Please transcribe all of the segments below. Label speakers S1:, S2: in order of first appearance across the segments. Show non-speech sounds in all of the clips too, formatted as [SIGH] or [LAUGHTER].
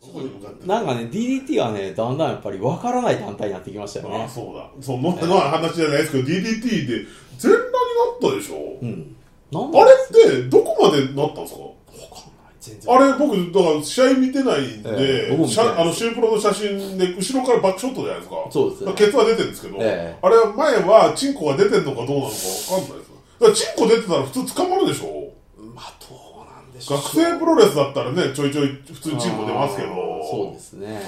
S1: どこに向かってる
S2: なんかね、DDT はね、だんだんやっぱり分からない団体になってきましたよ
S1: ああ
S2: ね。
S1: そうだそうの、の話じゃないですけど DDT で全裸になったでしょ、
S2: うん。なんだ
S1: あれってどこまでなったんですか
S2: 全然。
S1: あれ僕だから試合見てないん
S2: ええ
S1: で、
S2: 僕も見てない
S1: 写あのシュープロの写真で後ろからバックショットじゃないですか
S2: そうですね
S1: だからケツは出てるんですけど、
S2: ええ
S1: あれは前はチンコが出てんのかどうなのかわかんないですだからチンコ出てたら普通捕まるでしょ
S2: まあ、どうなんでしょう。
S1: 学生プロレスだったらねちょいちょい普通にチンコ出ますけど
S2: あーそうですね。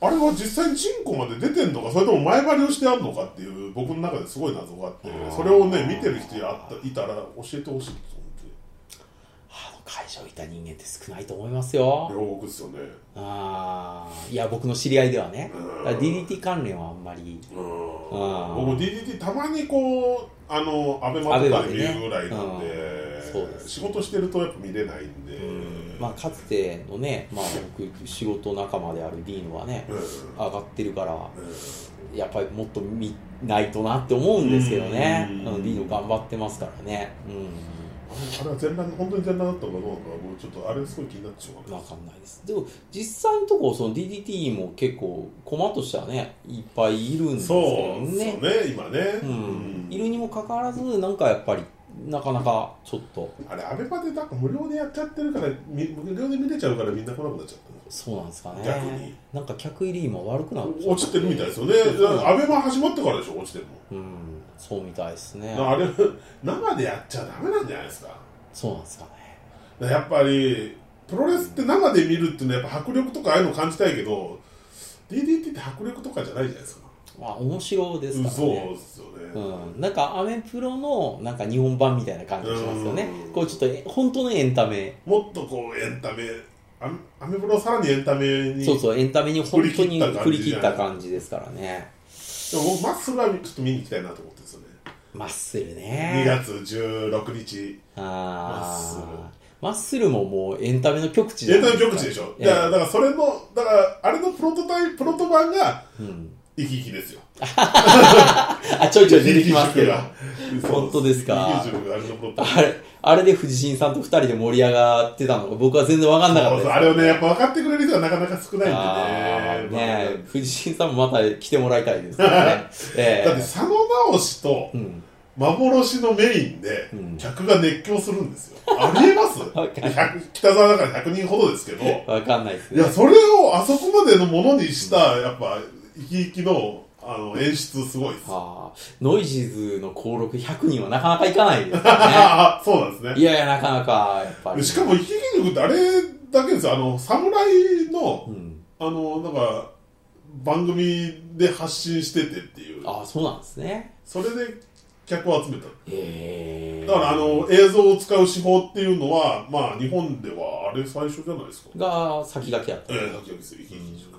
S1: あれは実際にチンコまで出てんのかそれとも前張りをしてあんのかっていう僕の中ですごい謎があってそれをね見てる人やったいたら教えてほしいと
S2: あの会場にいた人間って少ないと思いますよ。
S1: 思って両国ですよね
S2: ああ、いや、僕の知り合いではね。だから DDT 関連はあんまり。
S1: うん
S2: う
S1: 僕
S2: ん。
S1: DDT たまにこうあのアベマとかで見るぐらいなんで,、
S2: アベマでねうんそうです
S1: 仕事してるとやっぱ見れないんで、
S2: まあ、かつてのね、まあ、僕、仕事仲間であるディーンはね、
S1: うん
S2: 上がってるから、やっぱりもっと見ないとなって思うんですけどね。う
S1: うんん、
S2: ディーン頑張ってますからね。うん。
S1: あれは全裸本当に全裸だったのかどうなのか僕ちょっとあれすごい気になってしょうが
S2: わ
S1: ない
S2: かんないですでも実際のところその DDT も結構駒としてはねいっぱいいるんですけ
S1: そう
S2: ど
S1: ですよ
S2: ね
S1: ね今ね、
S2: う
S1: うん
S2: ん、いるにもかかわらずなんかやっぱりなかなかちょっと
S1: あれアベマでなんか無料でやっちゃってるからみ無料で見れちゃうからみんな来なくなっちゃっ
S2: そうなんですかね
S1: 逆に
S2: なんか客入り今悪くなっち
S1: た
S2: ゃっ
S1: 落ちてるみたいですよね
S2: そう
S1: だからアベマ始まってからでしょ落ちてるの
S2: うんそうみたいですね
S1: だからあれ生でやっちゃダメなんじゃないですか
S2: そうなんですかね
S1: やっぱりプロレスって生で見るっていうのはやっぱ迫力とかああいうの感じたいけど DDT って迫力とかじゃないじゃないですか
S2: まあ面白ですから
S1: そう
S2: ね
S1: ですよ
S2: う
S1: ね、
S2: ん、なんかアメプロのなんか日本版みたいな感じがしますよね
S1: うん
S2: こうちょっとえ本当のエンタメ
S1: もっとこうエンタメアメアメブロをさらにエンタメに
S2: そうそうエンタメに本当に振
S1: 振
S2: り
S1: り
S2: 切
S1: 切
S2: っ
S1: ったた感じじゃん
S2: 感じですからね
S1: でも僕まっすぐはちょっと見に行きたいなと思ってるんですよね、
S2: マッスル
S1: 2
S2: ね。
S1: 月16日
S2: あーマッスルももうエンタメの極致
S1: エンタメ極地でしょ、
S2: ええ
S1: いやだからそれのだからあれのプロトタイプロト版が
S2: うん
S1: 生き生きですよ
S2: あ、ちょいちょい出てきますけど。
S1: 生き生き塾が
S2: 本当ですか
S1: 生き生き塾があれのプロト
S2: あれ、あれで藤新さんと二人で盛り上がってたのが僕は全然わかんなか
S1: そ
S2: った
S1: う
S2: で
S1: そう
S2: す。
S1: あれをねやっぱ分かってくれる人はなかなか少ない
S2: あ
S1: ん
S2: ー
S1: でね
S2: ねえ、藤新さんもまた来てもらいたいですからね。え
S1: [LAUGHS] だって
S2: え
S1: 佐野直しと
S2: うん。
S1: 幻のメインで
S2: うん
S1: 客が熱狂するんですよ、ありえます
S2: わかる
S1: 100北沢だから100人ほどですけどい
S2: わかんないですね
S1: や。それをあそこまでのものにしたやっぱ生き生きのあの演出すごいです
S2: あーノイジーズの登録100人はなかなかいかないですよ
S1: [LAUGHS]
S2: ね。
S1: ああそうなんです
S2: いやいや、なかなか、やっぱ
S1: ね
S2: り。
S1: しかも生き生き塾ってあれだけですよあの侍の
S2: うん。
S1: あのなんか番組で発信しててっていう
S2: ああ、そうなんですね。
S1: それで客を集めた
S2: ええ
S1: だからあの映像を使う手法っていうのはまあ日本ではあれ最初じゃないですか
S2: が先駆けやった
S1: ええ先駆けですよ生き生き塾が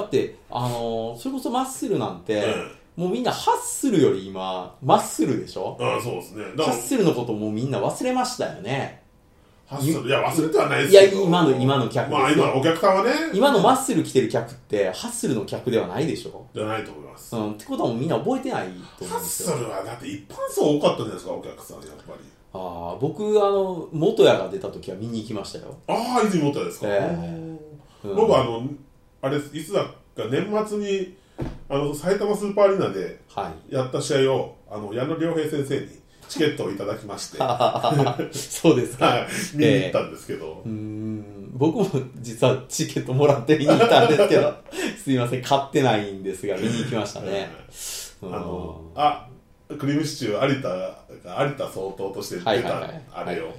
S2: だってあのーそれこそマッスルなんて、
S1: え
S2: もうみんなハッスルより今マッスルでしょ
S1: ああそうですねだ
S2: ハ
S1: か
S2: ッスルのこともうみんな忘れましたよね
S1: らハッスルいや忘れてはないです
S2: いや
S1: けど
S2: 今の今の客ですよ
S1: まあ今のお客さんはね
S2: 今のマッスル来てる客ってハッスルの客ではないでしょ
S1: じゃないと思います
S2: う
S1: ハ
S2: んってことはもうみんな覚えてないと思う
S1: ッ
S2: んです
S1: ス
S2: よ
S1: ルはだって一般層多かったじゃないですかお客さんやっぱり
S2: ああ僕あの元屋が出た時は見に行きましたよ
S1: ああ泉持ったですか、
S2: ええうん
S1: 僕あのあれいつだか年末にあの埼玉スーパーアリーナで
S2: はい
S1: やった試合をあの矢野良平先生にチケットをいただきま
S2: [LAUGHS]
S1: しては
S2: そうですか
S1: い見に行ったんですけど、
S2: うーん僕も実はチケットもらって見に行ったんですけ
S1: [LAUGHS]
S2: ど、すいません、買ってないんですが、見に行きましたね。あ
S1: あの、あ、クリームシチュー有田が有田総統として出た、
S2: はいはい
S1: あ
S2: はい。
S1: れを、
S2: はいはいはい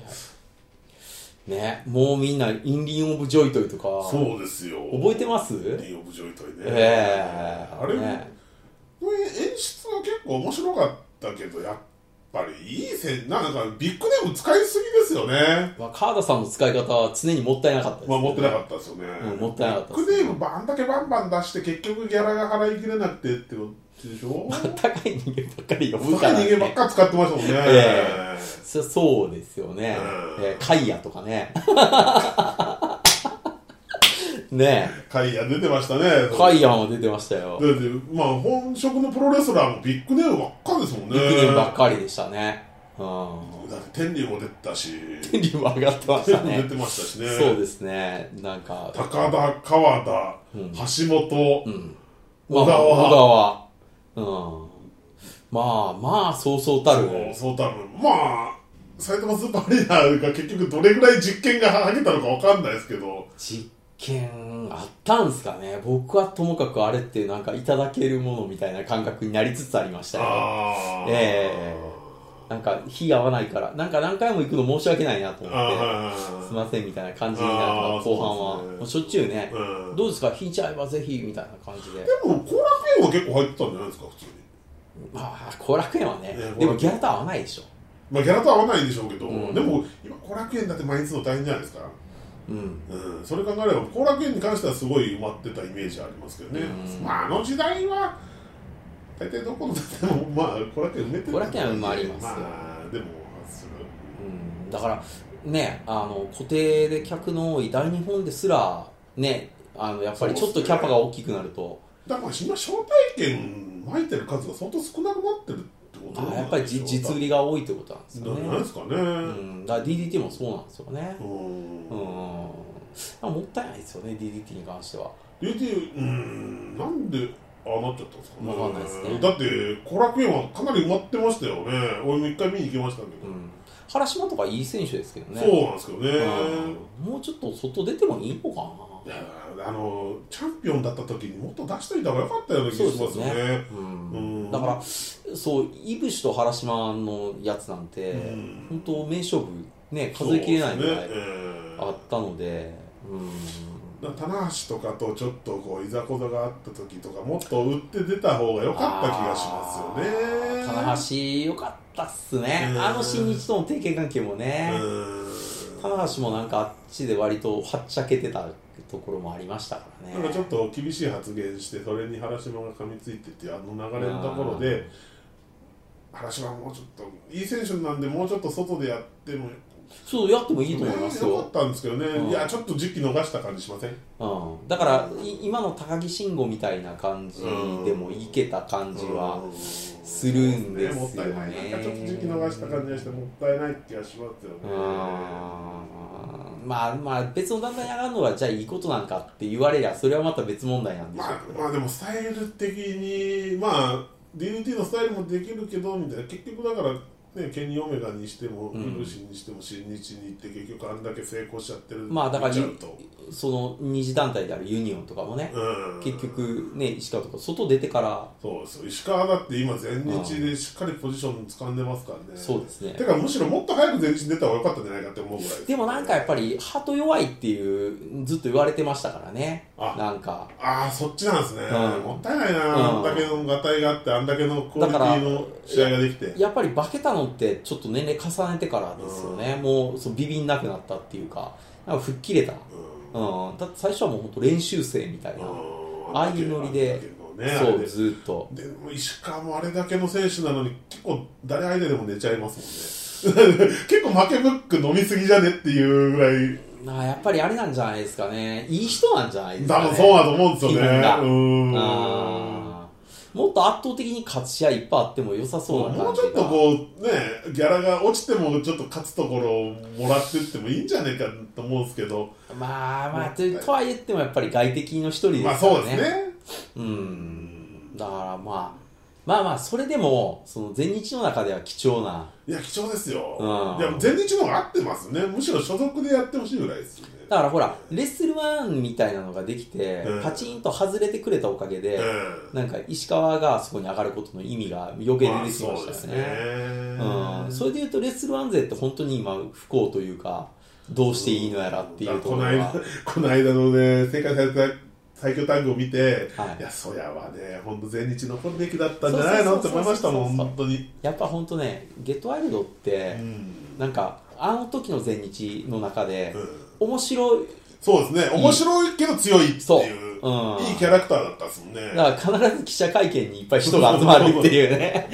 S2: ね、もうみんな、インリン・オブ・ジョイトイとか、
S1: そうですよ。
S2: 覚えてます
S1: リー・オブ・ジョイトイね。
S2: ええ
S1: あれも、
S2: ね
S1: これ演出は結構面白かったけど、やっぱりいい線、なんかビッグネーム使いすぎですよね。
S2: まあ、川田さんの使い方は常にもったいなかったです、
S1: まあ、持ってなかったですよね。
S2: うん持ってなかったで
S1: ビ
S2: す
S1: ッグネームばあんだけバンバン出して、結局ギャラが払いきれなくてってことでし [LAUGHS] ょ
S2: 高い人間ばっかり呼ぶか
S1: 若い
S2: ら、ね。
S1: 人間ばっか使ってましたもんね。
S2: えそそうですよね。
S1: うん
S2: えー、カイヤとかね。 [LAUGHS] ねえ。
S1: 会や出てましたね。
S2: カイヤも出てましたよ。
S1: だってまあ本職のプロレスラーもビッグネームばっかですもんね
S2: ビッグネームばっかりでしたね。うん
S1: だって天竜も出てたし
S2: 天竜も上がってました
S1: [LAUGHS] 天竜も
S2: ね
S1: 出てましたしね
S2: そうですねなんか
S1: 高田川田、
S2: うん
S1: 橋本、
S2: うん
S1: 小川
S2: まあ小川うんまあまあそうそうた
S1: そ
S2: る
S1: うそう多分まあ埼玉スーパーアリーナが結局どれぐらい実験がはげたのかわかんないですけど
S2: 実験あったんすかね僕はともかくあれってなんかいただけるものみたいな感覚になりつつありましたよ
S1: ああ
S2: えなんか火が合わないからなんか何回も行くの申し訳ないなと思
S1: ああ
S2: って
S1: はい
S2: すいませんみたいな感じになるから
S1: あー
S2: 後半
S1: そうで
S2: は
S1: すね
S2: もうしょっちゅうね、
S1: はいうん
S2: どうですか引いちゃえばぜひみたいな感じで
S1: でも後楽園は結構入ってたんじゃないですか普通に
S2: まあ後楽園はね
S1: ね
S2: でもギャラと合わないでしょ
S1: まあギャラと合わないんでしょうけど、
S2: うん
S1: でも今後楽園だって毎日の大変じゃないですか
S2: うん
S1: うん、それ考えれば後楽園に関してはすごい埋まってたイメージありますけどね、
S2: うん
S1: まあ、あの時代は大体どこの建物も [LAUGHS] まあ後楽園埋めて
S2: 後楽園は埋まりますよ
S1: あでもそれ
S2: うんだからねあの固定で客の多い大日本ですらねあのやっぱりちょっとキャパが大きくなると、
S1: だから今招待券巻いてる数が相当少なくなってるってこと
S2: あやっぱりじ実売
S1: 利
S2: りが多いってことなんです
S1: な
S2: よ
S1: んじゃないで
S2: ね、
S1: すかね
S2: うん、だから DDT もそうなんですよね
S1: う
S2: うん
S1: ん
S2: もったいないですよね DDT に関しては
S1: UT うんなんでああなっちゃったんですか
S2: わかんないですね
S1: だって後楽園はかなり埋まってましたよね俺も一回見に行きましたけど、
S2: うん原島とかいい選手ですけどね
S1: そうなんですけどね、
S2: うんもうちょっと外出てもいいのか
S1: いやあのチャンピオンだった時にもっと出しといた方が良かったような気がしますよ
S2: そうです
S1: ね。
S2: な、うん
S1: うん
S2: だからそう井伏と原島のやつなんて、
S1: うん
S2: 本当名勝負ね数えきれないぐ
S1: そうで
S2: らい
S1: すねえ
S2: あったので
S1: え
S2: う
S1: 棚橋とかとちょっとこういざこざがあった時とかもっと打って出た方が良
S2: ん
S1: かった気がしますよね。
S2: あー棚橋よかったっすね、
S1: うん
S2: あの新日との提携関係もね、
S1: うん
S2: 棚橋もなんかあっちで割とはっちゃけてたところもありましたからね
S1: なんかちょっと厳しい発言してそれに原島が噛みついてっていうあの流れのところで原島もうちょっといい選手なんでもうちょっと外でやっても
S2: そうやってもいいと思います
S1: 良か
S2: よ
S1: っ、たんですけどね、
S2: うん
S1: いやちょっと時期逃した感じしません
S2: うん、だからい今の高木慎吾みたいな感じでもいけた感じは、するんですよね
S1: もったいないなんかちょっと時期逃した感じがしてもったいない気がしますよね
S2: うーんまあまあ別の団体に上がるのはじゃあいいことなんかって言われりゃそれはまた別問題なんでしょ
S1: まあ
S2: うけど、
S1: まあでもスタイル的にまあ DDT のスタイルもできるけどみたいな結局だからねケニー・オメガにしてもウ
S2: ん
S1: ルシにしても新日に行って結局あんだけ成功しちゃってる
S2: まあだから
S1: 見ちゃうと
S2: その二次団体であるユニオンとかもね、
S1: うん
S2: 結局ね石川とか外出てから
S1: そうですよ石川だって今前日でしっかりポジション掴んでますからね
S2: そうですね
S1: てかむしろもっと早く前日に出た方が良かったんじゃないかって思うぐらいす
S2: でもなんかやっぱりハート弱いっていうずっと言われてましたからね
S1: あ
S2: なんか
S1: ああそっちなんですね、
S2: うん
S1: もったいないな、
S2: うん
S1: あんだけのがたいがあってあんだけのクオリティの試合ができて
S2: やっぱり化けたのってちょっと年齢重ねてからですよね、もうそうビビんなくなったっていうかなんか吹っ切れた、
S1: う
S2: うん、だって最初はもう本当練習生みたいな、
S1: ん
S2: ああいうノリで
S1: あんだけのねあ
S2: そ
S1: れ
S2: う
S1: で
S2: ずっと
S1: でも石川もあれだけの選手なのに結構誰相手でも寝ちゃいますもんね [LAUGHS] 結構負けブック飲みすぎじゃねっていうぐらい
S2: なあやっぱりあれなんじゃないですかねいい人なんじゃないです
S1: 多
S2: か、ね、
S1: 分そうだと思うんですよね
S2: 気分が
S1: うーん
S2: あーもっと圧倒的に勝ち試合いっぱいあっても良さそうな
S1: も
S2: 感
S1: う
S2: じ
S1: ち
S2: が
S1: ょっとこうねギャラが落ちてもちょっと勝つところをもらってってもいいんじゃねえかと思うんですけど
S2: まあまあととは言ってもやっぱり外敵の一人です
S1: まあ
S2: からね,、
S1: そうですね
S2: うんだからまあまあまあそれでもその前日の中では貴重ない
S1: や貴重ですよ、
S2: うん
S1: いや前日の方が合ってますねむしろ所属でやってほしいぐらいですよね
S2: だからほらレッスルワンみたいなのができて、
S1: うん
S2: パチンと外れてくれたおかげで、
S1: うん
S2: なんか石川がそこに上がることの意味が余計に出てきま
S1: そうで
S2: し
S1: す
S2: た
S1: ね
S2: よね。うん、それでいうとレッスルワン勢って本当に今不幸というかどうしていいのやらっていうところ
S1: だ
S2: が
S1: からこの間こ [LAUGHS] の間のね世界最大最強タッグを見て、
S2: はい
S1: い、やそやはね本当前日残るべきだったんじゃないの
S2: そう
S1: って
S2: そうそ
S1: 思
S2: う
S1: い
S2: そう
S1: ましたもん
S2: そうそう
S1: 本当に、
S2: やっぱ本当ねゲットワイルドっ
S1: う
S2: て
S1: ん
S2: なんかあの時の前日の中で
S1: うん
S2: 面白い
S1: そうですね面白いけど強いって
S2: そう、
S1: いう
S2: うん、
S1: いいキャラクターだったですもんね
S2: だから必ず記者会見にいっぱい人が集まるってい
S1: [LAUGHS]
S2: うね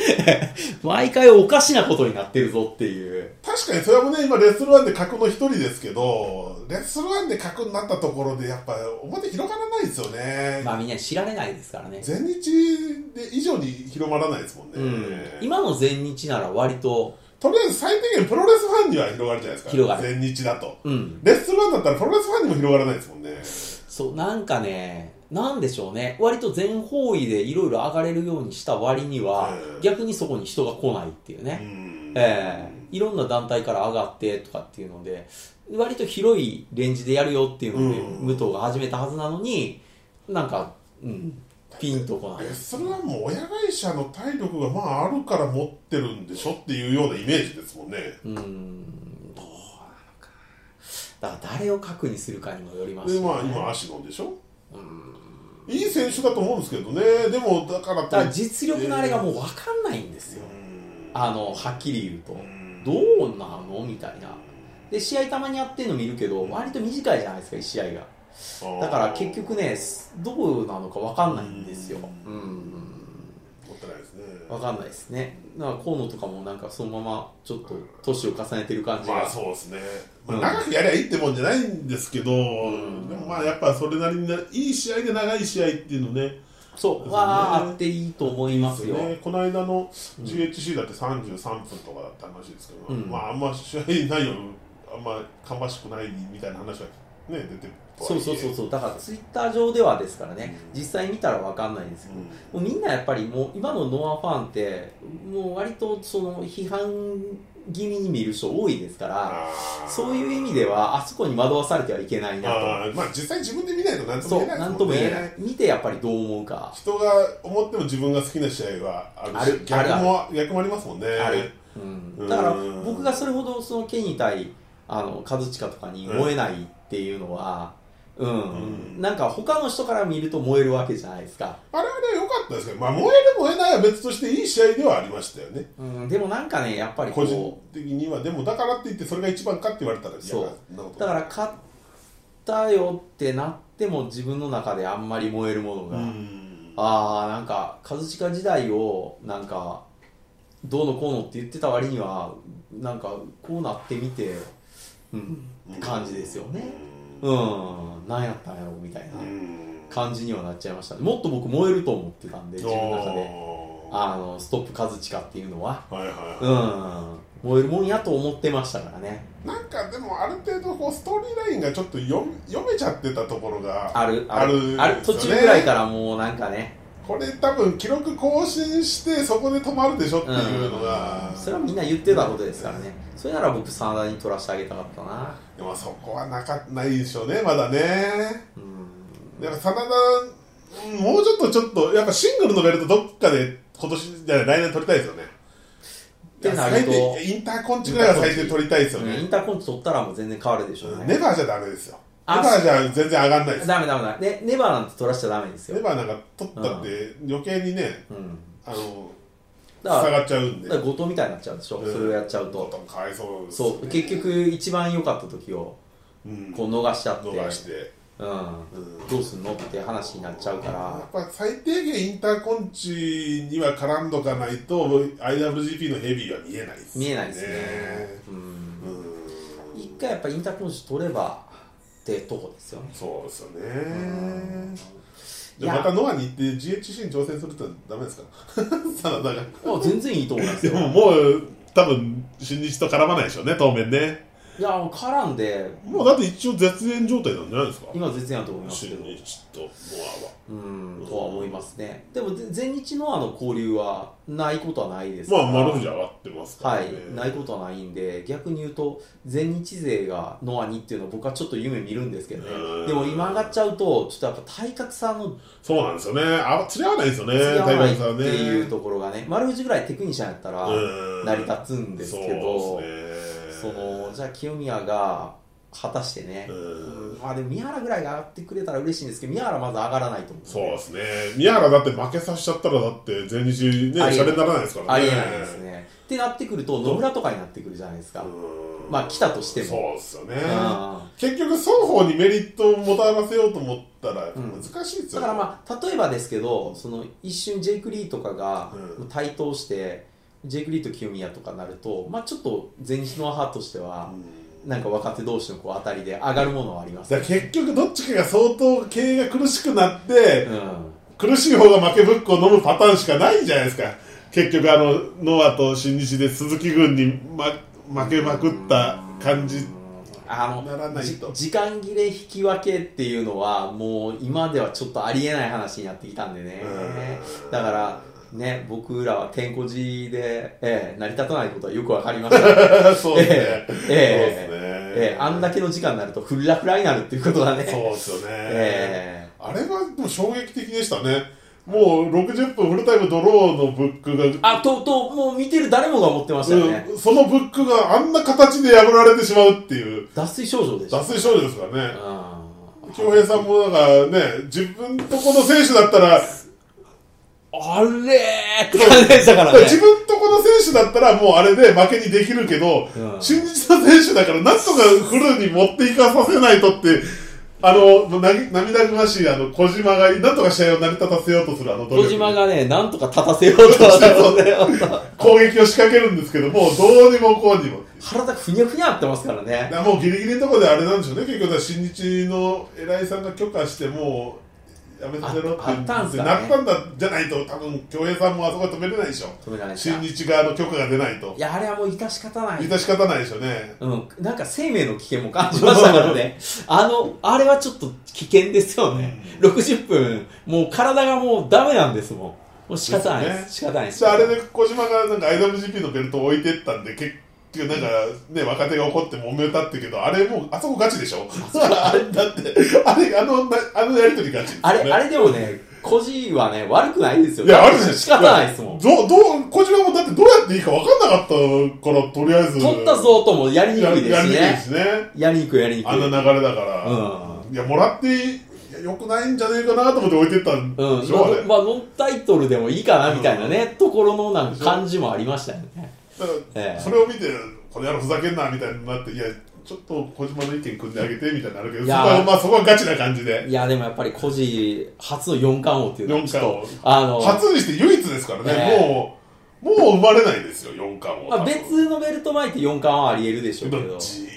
S2: 毎回おかしなことになってるぞっていう
S1: 確かにそれもね今レッスルワンで格の一人ですけどレッスルワンで格になったところでやっぱ表広がらないですよね、
S2: まあみんな知られないですからね、
S1: 前日で以上に広まらないですもんね、
S2: うん、今の前日なら割と
S1: とりあえず最低限プロレスファンには広がるじゃないですか
S2: 広がる
S1: 全日だと
S2: うん。
S1: レッスルファンだったらプロレスファンにも広がらないですもんね
S2: そう、なんかね、なんでしょうね。割と全方位でいろいろ上がれるようにした割には、
S1: うん
S2: 逆にそこに人が来ないっていうね。
S1: うん
S2: ええいろんな団体から上がってとかっていうので割と広いレンジでやるよっていうので、
S1: うん
S2: 武藤が始めたはずなのになんか、うん、ピンとこない
S1: えそれはもう親会社の体力がまああるから持ってるんでしょっていうようなイメージですもんね
S2: うんどうなのかだから誰を核にするかにもよります
S1: で
S2: よね
S1: まあ今足のでしょいい選手だと思うんですけどねでもだから
S2: だから実力のあれがもう分かんないんですよ、
S1: うん
S2: あのはっきり言うと、
S1: ん
S2: どうなのみたいなで試合たまにやってるの見るけど割と短いじゃないですか1試合がだから結局ねすどうなのか分かんないんですよ
S1: う
S2: うんん
S1: もったいないですね
S2: 分かんないですねだから河野とかもなんかそのままちょっと年を重ねてる感じが、
S1: まあそうですね、まあ、
S2: うん
S1: 長くやりゃいいってもんじゃないんですけど、
S2: ん
S1: でもまあやっぱそれなりにないい試合で長い試合っていうのね
S2: そう
S1: そう
S2: は
S1: ね
S2: あっていいと思いますよ、
S1: ね、この間の GHC だって33分とかだった話ですけど、
S2: うん
S1: まああんま試合内容あんま芳しくないみたいな話はね出てるとはい
S2: そ
S1: え
S2: うそうそうそうだからツイッター上ではですからね、実際見たら分かんないんですけど、
S1: うん
S2: もうみんなやっぱりもう今のノアファンってもう割とその批判気味に見る人多いですから
S1: あー
S2: そういう意味ではあそこに惑わされてはいけないなと
S1: あーまあ実際自分で見ないと何と
S2: そ
S1: も言え
S2: う、
S1: ない
S2: な
S1: ですもんね
S2: んとも言えない。見てやっぱりどう思うか。
S1: 人が思っても自分が好きな試合はあるし
S2: ある
S1: 逆も逆もありますもんね
S2: ある。う
S1: うん
S2: ん、だから僕がそれほどそのケニー対あのカズチカとかに燃えないっていうのは、うん、
S1: うん
S2: なんか他の人から見ると燃えるわけじゃないですか。
S1: あれはね良かったですけど、まあ、燃える燃えないは別としていい試合ではありましたよね
S2: うん、でもなんかね、やっぱり
S1: 個人
S2: こ
S1: 的にはでもだからって言ってそれが一番かって言われたら嫌
S2: そう
S1: なこ
S2: う、
S1: と
S2: だから勝ったよってなっても自分の中であんまり燃えるものが、
S1: うん
S2: ああ、なんかカズチカ時代をなんかどうのこうのって言ってた割には、なんかこうなってみて、うん、って感じですよね。うん、なんやったんやろみたいな
S1: うん
S2: 感じにはなっちゃいましたねもっと僕燃えると思ってたんで自分の中で
S1: おー
S2: あのストップカズチカっていうのは
S1: はいはい、
S2: うん燃えるもんやと思ってましたからね
S1: なんかでもある程度こうストーリーラインがちょっと読み読めちゃってたところが
S2: あるある
S1: あ
S2: あ
S1: るん
S2: る
S1: ですよ
S2: 途
S1: ね
S2: 中ぐらいからもうなんかね
S1: これ多分記録更新してそこで止まるでしょっていうのが、
S2: うんそれはみんな言ってたことですからねそれなら僕真田に取らせてあげたかったな
S1: でもそこはなかないでしょうねまだね
S2: うん
S1: やっぱ真田うんもうちょっとちょっとやっぱシングルのベルトどっかで今年じゃない来年取りたいですよね
S2: てなると
S1: いや最低インターコンチぐらいは最低取りたいですよね
S2: インターコンチ取ったらもう全然変わるでしょう
S1: うん
S2: ね
S1: ネバーじゃダメですよネバ
S2: あ
S1: ーじゃ全然上がんないです
S2: ダメダメダメねネバーなんて取らせちゃダメです
S1: ネ
S2: よ
S1: バーなんか取ったって余計にね
S2: うん
S1: あの
S2: だから
S1: 下がっちゃうんで
S2: だから後藤みたいになっちゃうでしょ、
S1: うん
S2: それをやっちゃう
S1: どん
S2: と、
S1: どんかわいそうですよ
S2: そう結局一番良かった時を
S1: うん
S2: こう逃しちゃって
S1: 逃して
S2: うん、
S1: うん
S2: どうすんのって話になっちゃう
S1: や
S2: か
S1: っぱ最低限インターコンチには絡んどかないと IWGP のヘビーは見えないです
S2: ら見えないですねうん
S1: うん
S2: 一回やっぱインターコンチ取ればってとこですよね
S1: そうですよね
S2: ん
S1: じゃあ
S2: い
S1: ま
S2: や
S1: たノアに行って GHC に挑戦するってダメですか [LAUGHS] サラダが
S2: あ全然いいと思います
S1: で
S2: よ
S1: ももう多分新日と絡まないでしょうね当面ね
S2: いや絡んで
S1: もうだって一応絶縁状態なんじゃないですか
S2: 今全然やと思いますけ
S1: 新
S2: ど
S1: 日とノ
S2: うんとは思いますねでも全日のあの交流はないことはないです
S1: アはまあ丸藤上がってますか
S2: は
S1: ら、ね、
S2: い、ないことはないんで、逆に言うと、全日勢がノアにっていうのは僕はちょっと夢見るんですけど
S1: うん
S2: ね、でも今上がっちゃうと、ちょっとやっぱ体格差の
S1: そうなんですよねあ釣り合わないですよね大
S2: 強ない
S1: 学
S2: って
S1: さんね
S2: いうところがね、丸藤ぐらいテクニシャンやったら
S1: うん
S2: 成り立つんですけ
S1: そ
S2: ど
S1: う、です
S2: そ
S1: ね
S2: のじゃあ清宮が果たしてね、
S1: うん
S2: まあでも宮原ぐらいが上がってくれたら嬉しいんですけど、宮原まず上がらないと思う。
S1: そうですね宮原だって負けさせちゃったらだって全日ね
S2: ありえない
S1: シャレにならないですから
S2: あ
S1: ね
S2: りえないですね。ってなってくると、野村とかになってくるじゃないですか。
S1: うん
S2: まあ来たとしても
S1: そうですよね
S2: うん
S1: 結局双方にメリットをもたらせようと思ったら
S2: うん
S1: 難しいです
S2: だ
S1: よ
S2: からまあ例えばですけどその一瞬ジェイク・リーとかが
S1: うん
S2: 台頭して、ジェイク・リーと清宮とかなると、まあ、ちょっと全日の派としては
S1: う、ん
S2: なんか若手同士のこう当たりで上がるものはあります
S1: だから結局どっちかが相当経営が苦しくなって
S2: うん、
S1: 苦しい方が負けぶっこを飲むパターンしかないじゃないですか結局あのノアと新日で鈴木軍に、ま、負けまくった感じ [LAUGHS]
S2: あ
S1: なら
S2: の
S1: ない
S2: じ
S1: と
S2: 時間切れ引き分けっていうのはもう今ではちょっとありえない話になってきたんでね
S1: うん
S2: だからね僕らは天候寺で、ええ成り立たないことはよくわかりました、
S1: [LAUGHS]
S2: え
S1: そうですね
S2: ええ
S1: そうですね
S2: えあんだけの時間になるとフラフラになるっていうことがね
S1: そうですよね、
S2: え
S1: あれはでも衝撃的でしたねもう60分フルタイムドローのブックが
S2: えあとともう見てる誰もが思ってましたよね、
S1: うんそのブックがあんな形で破られてしまうっていう
S2: 脱水症状でした
S1: 脱水症状ですからね
S2: うん
S1: 恭平さんもなんかね自分とこの選手だったら
S2: あれーって感じでしたからね
S1: 自分とこの選手だったらもうあれで負けにできるけど、
S2: うん
S1: 新日の選手だからなんとかフルに持っていかさせないとってあのなぎ涙ぐましいあの小島がなんとか試合を成り立たせようとするあの努力
S2: 小島がねなんとか立たせようとはしてますね
S1: 攻撃を仕掛けるんですけどもうどうにもこうにも。
S2: 体ふにゃふにゃってますからね
S1: だからもうギリギリのところであれなんでしょうね結局だから新日の偉いさんが許可してもうやめさせろって
S2: ああったんすかね
S1: なったんだじゃないと多分恭平さんもあそこは止めれないでしょ
S2: 止められ
S1: 新
S2: たい
S1: 日側の許可が出ないと
S2: やあれはもう致し方ない
S1: 致し方ないでしょうね
S2: うん、なんか生命の危険も感じましたから [LAUGHS] ねあのあれはちょっと危険ですよね、60分もう体がもうダメなんですもんもう仕方ないです
S1: です
S2: 仕方ないです
S1: じゃああれで小島がなんか IWGP のベルトを置いてったんで結局なんかね若手が怒って揉めたってけどあれもうあそこガチでしょあれ [LAUGHS] だってあれあのなあのやりとりガチですよね
S2: あれあれでもね個人はね悪くないですよ
S1: いやあるじゃん
S2: 仕方ないですもん
S1: どうどう小島もだってどうやっていいか分かんなかったからとりあえず
S2: 取ったぞともやりに
S1: や
S2: く
S1: り
S2: い
S1: にくい
S2: ですし
S1: で
S2: ね
S1: すね
S2: やりにくいやりにくい
S1: あんな流れだから、
S2: う
S1: いやもらっていいやよくないんじゃねえかなと思って置いてったんで
S2: うん
S1: しょ、あれ
S2: まあ、ノンタイトルでもいいかなみたいなね、ところのなんか感じもありましたよね。
S1: だから
S2: ええ
S1: それを見てこの野郎ふざけんなみたいになっていやちょっと小島の意見組んであげてみたいになるけど
S2: い
S1: そこ
S2: や
S1: はまあそこはガチな感じで
S2: いや、でもやっぱり、コジ初の4冠王っていうのは、ちょ
S1: 四
S2: っと
S1: 冠、
S2: あの、
S1: 初にして唯一ですからね、
S2: ええ
S1: もうもう生まれないですよ4冠も、
S2: まあ、別のベルト巻いて4冠はあり得るでしょうけ
S1: ど
S2: ど
S1: っ、ちい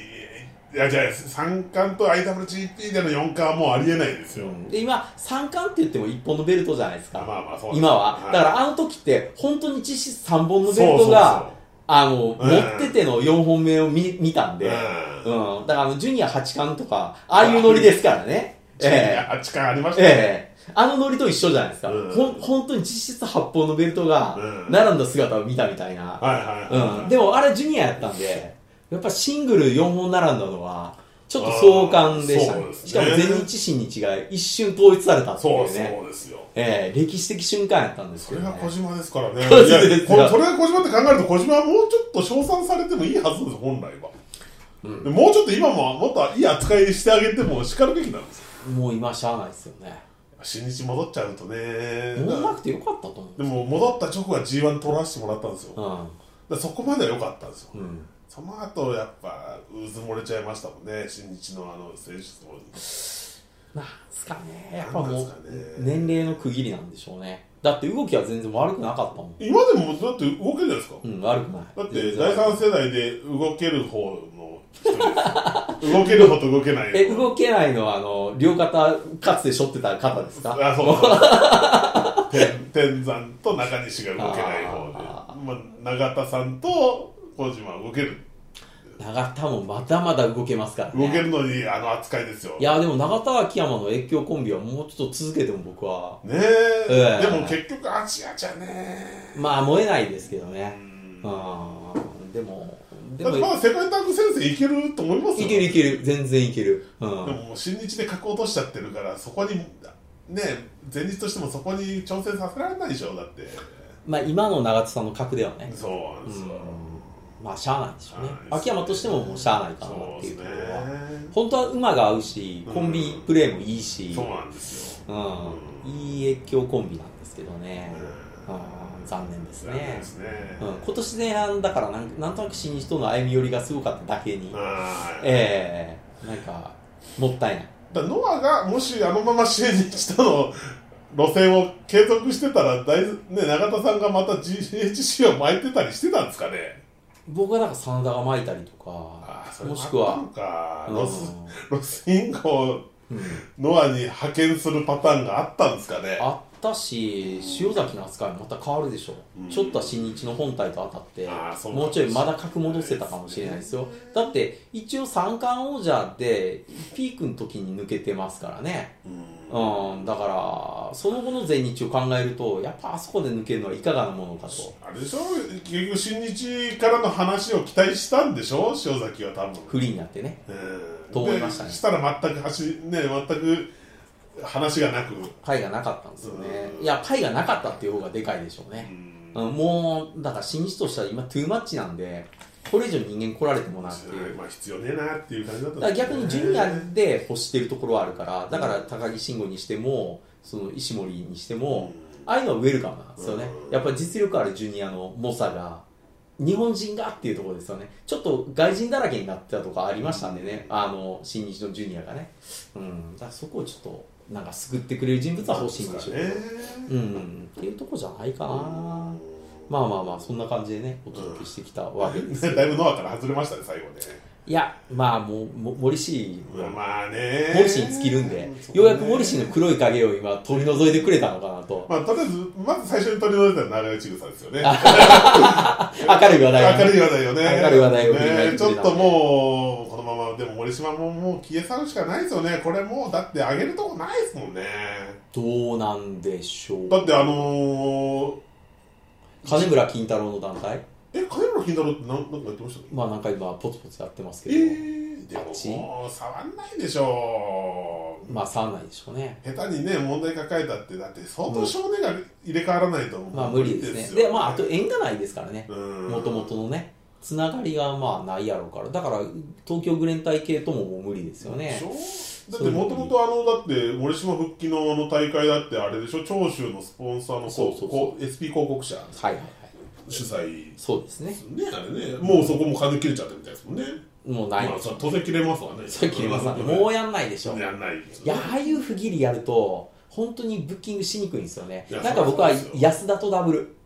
S1: やじゃあ三冠と IWGP での4冠はもうありえないですよ、
S2: で今、3冠って言っても1本のベルトじゃないですか、
S1: まあまあそうです
S2: 今は。
S1: はい
S2: だから、あの時って、本当に実質3本のベルトが、あの、
S1: うん
S2: 持ってての4本目を見見たん
S1: そうそうそう
S2: で、
S1: う
S2: うんん、だからあの、ジュニア8冠とか、ああいうノリですからね。
S1: い
S2: ええ
S1: や八冠ありましたね、
S2: ええあのノリと一緒じゃないですか。
S1: うん
S2: ほん本当に実質8本のベルトが
S1: うん
S2: 並んだ姿を見たみたいな。
S1: はいはいはい、
S2: うん。でもあれジュニアやったんで、やっぱシングル4本並んだのは、ちょっと壮観でした、
S1: あーそうですね
S2: しかも全日新日が一瞬統一されたってい
S1: そう
S2: うね。
S1: そうですよ
S2: ええ歴史的瞬間やったんです
S1: そ
S2: け
S1: れ
S2: ど、
S1: が
S2: ね。
S1: 小島ですからね。いや
S2: 小島です
S1: こ
S2: よ
S1: それが小島って考えると、小島はもうちょっと称賛されてもいいはずです、本来は。でもうちょっと今ももっといい扱いしてあげても叱るべきなんですよ。
S2: もう今しゃあないですよね。
S1: 新日戻っちゃうとね。
S2: もうなくてよかったと思
S1: でも戻った直後は G1 取らせてもらったんですよ。だか
S2: う。
S1: らそこまでは良かったんですよ。
S2: うん。うん。
S1: その後やっぱ渦漏れちゃいましたもんね、新日のあの選手層に。
S2: なんすかね。やっぱもう
S1: なんですかね、
S2: 年齢の区切りなんでしょうね。だって動きは全然悪くなかったもん。
S1: 今でもだって動けるじゃないですか。
S2: うん、悪くない。
S1: だっ
S2: 全
S1: て
S2: 然
S1: 第三世代で動ける方の人ですよ [LAUGHS] 動ける方と動けない
S2: え、
S1: 方
S2: 動けないのは、あの、両肩、かつて背負ってた肩ですか
S1: あ
S2: [LAUGHS]
S1: そうそう天天山と中西が動けない方で
S2: あ
S1: まあ、永田さんと小島は動ける
S2: 長田もまだまだ動けますからね。
S1: 動けるのにあの扱いですよ
S2: いや、でも長田秋山の越境コンビはもうちょっと続けても僕は、
S1: ねえ
S2: ええ
S1: でも結局アジアじゃね
S2: まあ燃えないですけど
S1: う
S2: ね。
S1: ん
S2: う
S1: だ
S2: ん。でも、で
S1: ってま
S2: も、
S1: だ世界タッグ先生いけると思いますよ
S2: いけるいける。全然いける。う
S1: で
S2: ん。
S1: ももう新日で格落としちゃってるからそこにね前日としてもそこに挑戦させられないでしょだって
S2: まあ今の長田さんの格ではね。
S1: そうなんですよ、
S2: まあしゃあないでしょうね
S1: しゃあないです。ね
S2: 秋山としてももうしゃあないかなっていうところ
S1: そう
S2: は。
S1: ですね
S2: 本当は馬が合うし、コンビプレーもいいし。
S1: そうなんですよ、
S2: うん、いい越境コンビなんですけどね、うん、残念です
S1: 残念
S2: ね
S1: で、すね、
S2: うん、今年前半だからなんなんとなく新日との歩み寄りがすごかっただけに、
S1: はい
S2: ええなんかもったいない
S1: だからノアがもしあのまま支援したの路線を継続してたらだい、ね、永田さんがまた GHC を巻いてたりしてたんですかね
S2: 僕はなんか真田が巻いたりとか
S1: ああそれ
S2: もしく
S1: あっ
S2: は
S1: たのか
S2: うん
S1: ロスロスインゴを
S2: うん
S1: ノアに派遣するパターンがあったんですかね
S2: あっったし塩崎の扱いもまた変わるでしょ、
S1: うん
S2: ちょっとは新日の本体と当たって
S1: あーそうか
S2: もうちょいまだ格戻せたかもしれないですよだって一応三冠王者でピークの時に抜けてますからね
S1: うん
S2: うんだからその後の全日を考えるとやっぱあそこで抜けるのはいかがなものかと
S1: あれでしょ結局新日からの話を期待したんでしょ塩崎は多分
S2: フリーになってね
S1: うん
S2: と思いましたね
S1: でしたら全く走りね全く話がなく
S2: パイがなかったんですよね
S1: うん
S2: いやパイがなかったっていう方がでかいでしょうね、
S1: うん
S2: うんもうだから新日としては今トゥーマッチなんでこれ以上人間来られてもなっていう
S1: まあ必要ねえなっていう感じだったん
S2: だ
S1: で
S2: か
S1: す
S2: ら
S1: けど
S2: 逆にジュニアで欲してるところはあるからだから高木慎吾にしてもその石森にしてもああいうのはウェルカムなんですよね
S1: うん
S2: やっぱり実力あるジュニアの猛者が日本人がっていうところですよねちょっと外人だらけになってたとかありましたんでねあの新日のジュニアがねうんだからそこをちょっとなんか救ってくれる人物は欲しいんでしょう
S1: ね
S2: ねうんっていうとこじゃないかなまあまあまあそんな感じでねお届けしてきたわけです、
S1: [LAUGHS] だいぶノアから外れましたね最後ね
S2: いやまあもうも森氏
S1: うわまあね
S2: 森氏に尽きるんで、ようやく森氏の黒い影を今取り除いてくれたのかなと
S1: まあとりあえずまず最初に取り除いたのは長与千草ですよね
S2: 明るい話題
S1: 明
S2: をね
S1: るい話題よね
S2: 明るい話題を振り返って
S1: ねちょっともうこのままでも森島ももう消え去るしかないですよねこれもうだって上げるとこないですもんね
S2: どうなんでしょう
S1: だってあのー、
S2: 金村金太郎の団体
S1: え金村金太郎って何なんかやってましたっけ
S2: まあなんか今ポツポツやってますけ
S1: え
S2: ど、
S1: ー、で
S2: あっち
S1: ももう触んないでしょ
S2: まあ触んないでしょうね
S1: 下手にね問題抱えたってだって相当少年が入れ替わらないともう
S2: まあ無理ですねで
S1: よ
S2: まああと縁がないですからねもともとのねつながりがまあないやろうからだから東京グレン隊系とももう無理ですよね
S1: だってもともとあのだって森島復帰のあの大会だってあれでしょ長州のスポンサーの
S2: そうそうそう
S1: こう SP 広告社
S2: はいはいはい
S1: 主催
S2: そうですね
S1: ねあれねもうそこも金切れちゃってみたいですもんね、
S2: もうない
S1: まあ、それ当然切れますわね
S2: さっき言いましたね
S1: も
S2: もうやんないでしょ
S1: う
S2: い
S1: やんないです
S2: やああいう不義理やると本当にブッキングしにくいんですよね
S1: いや
S2: なんか僕は
S1: そうですよ
S2: 安田とダブル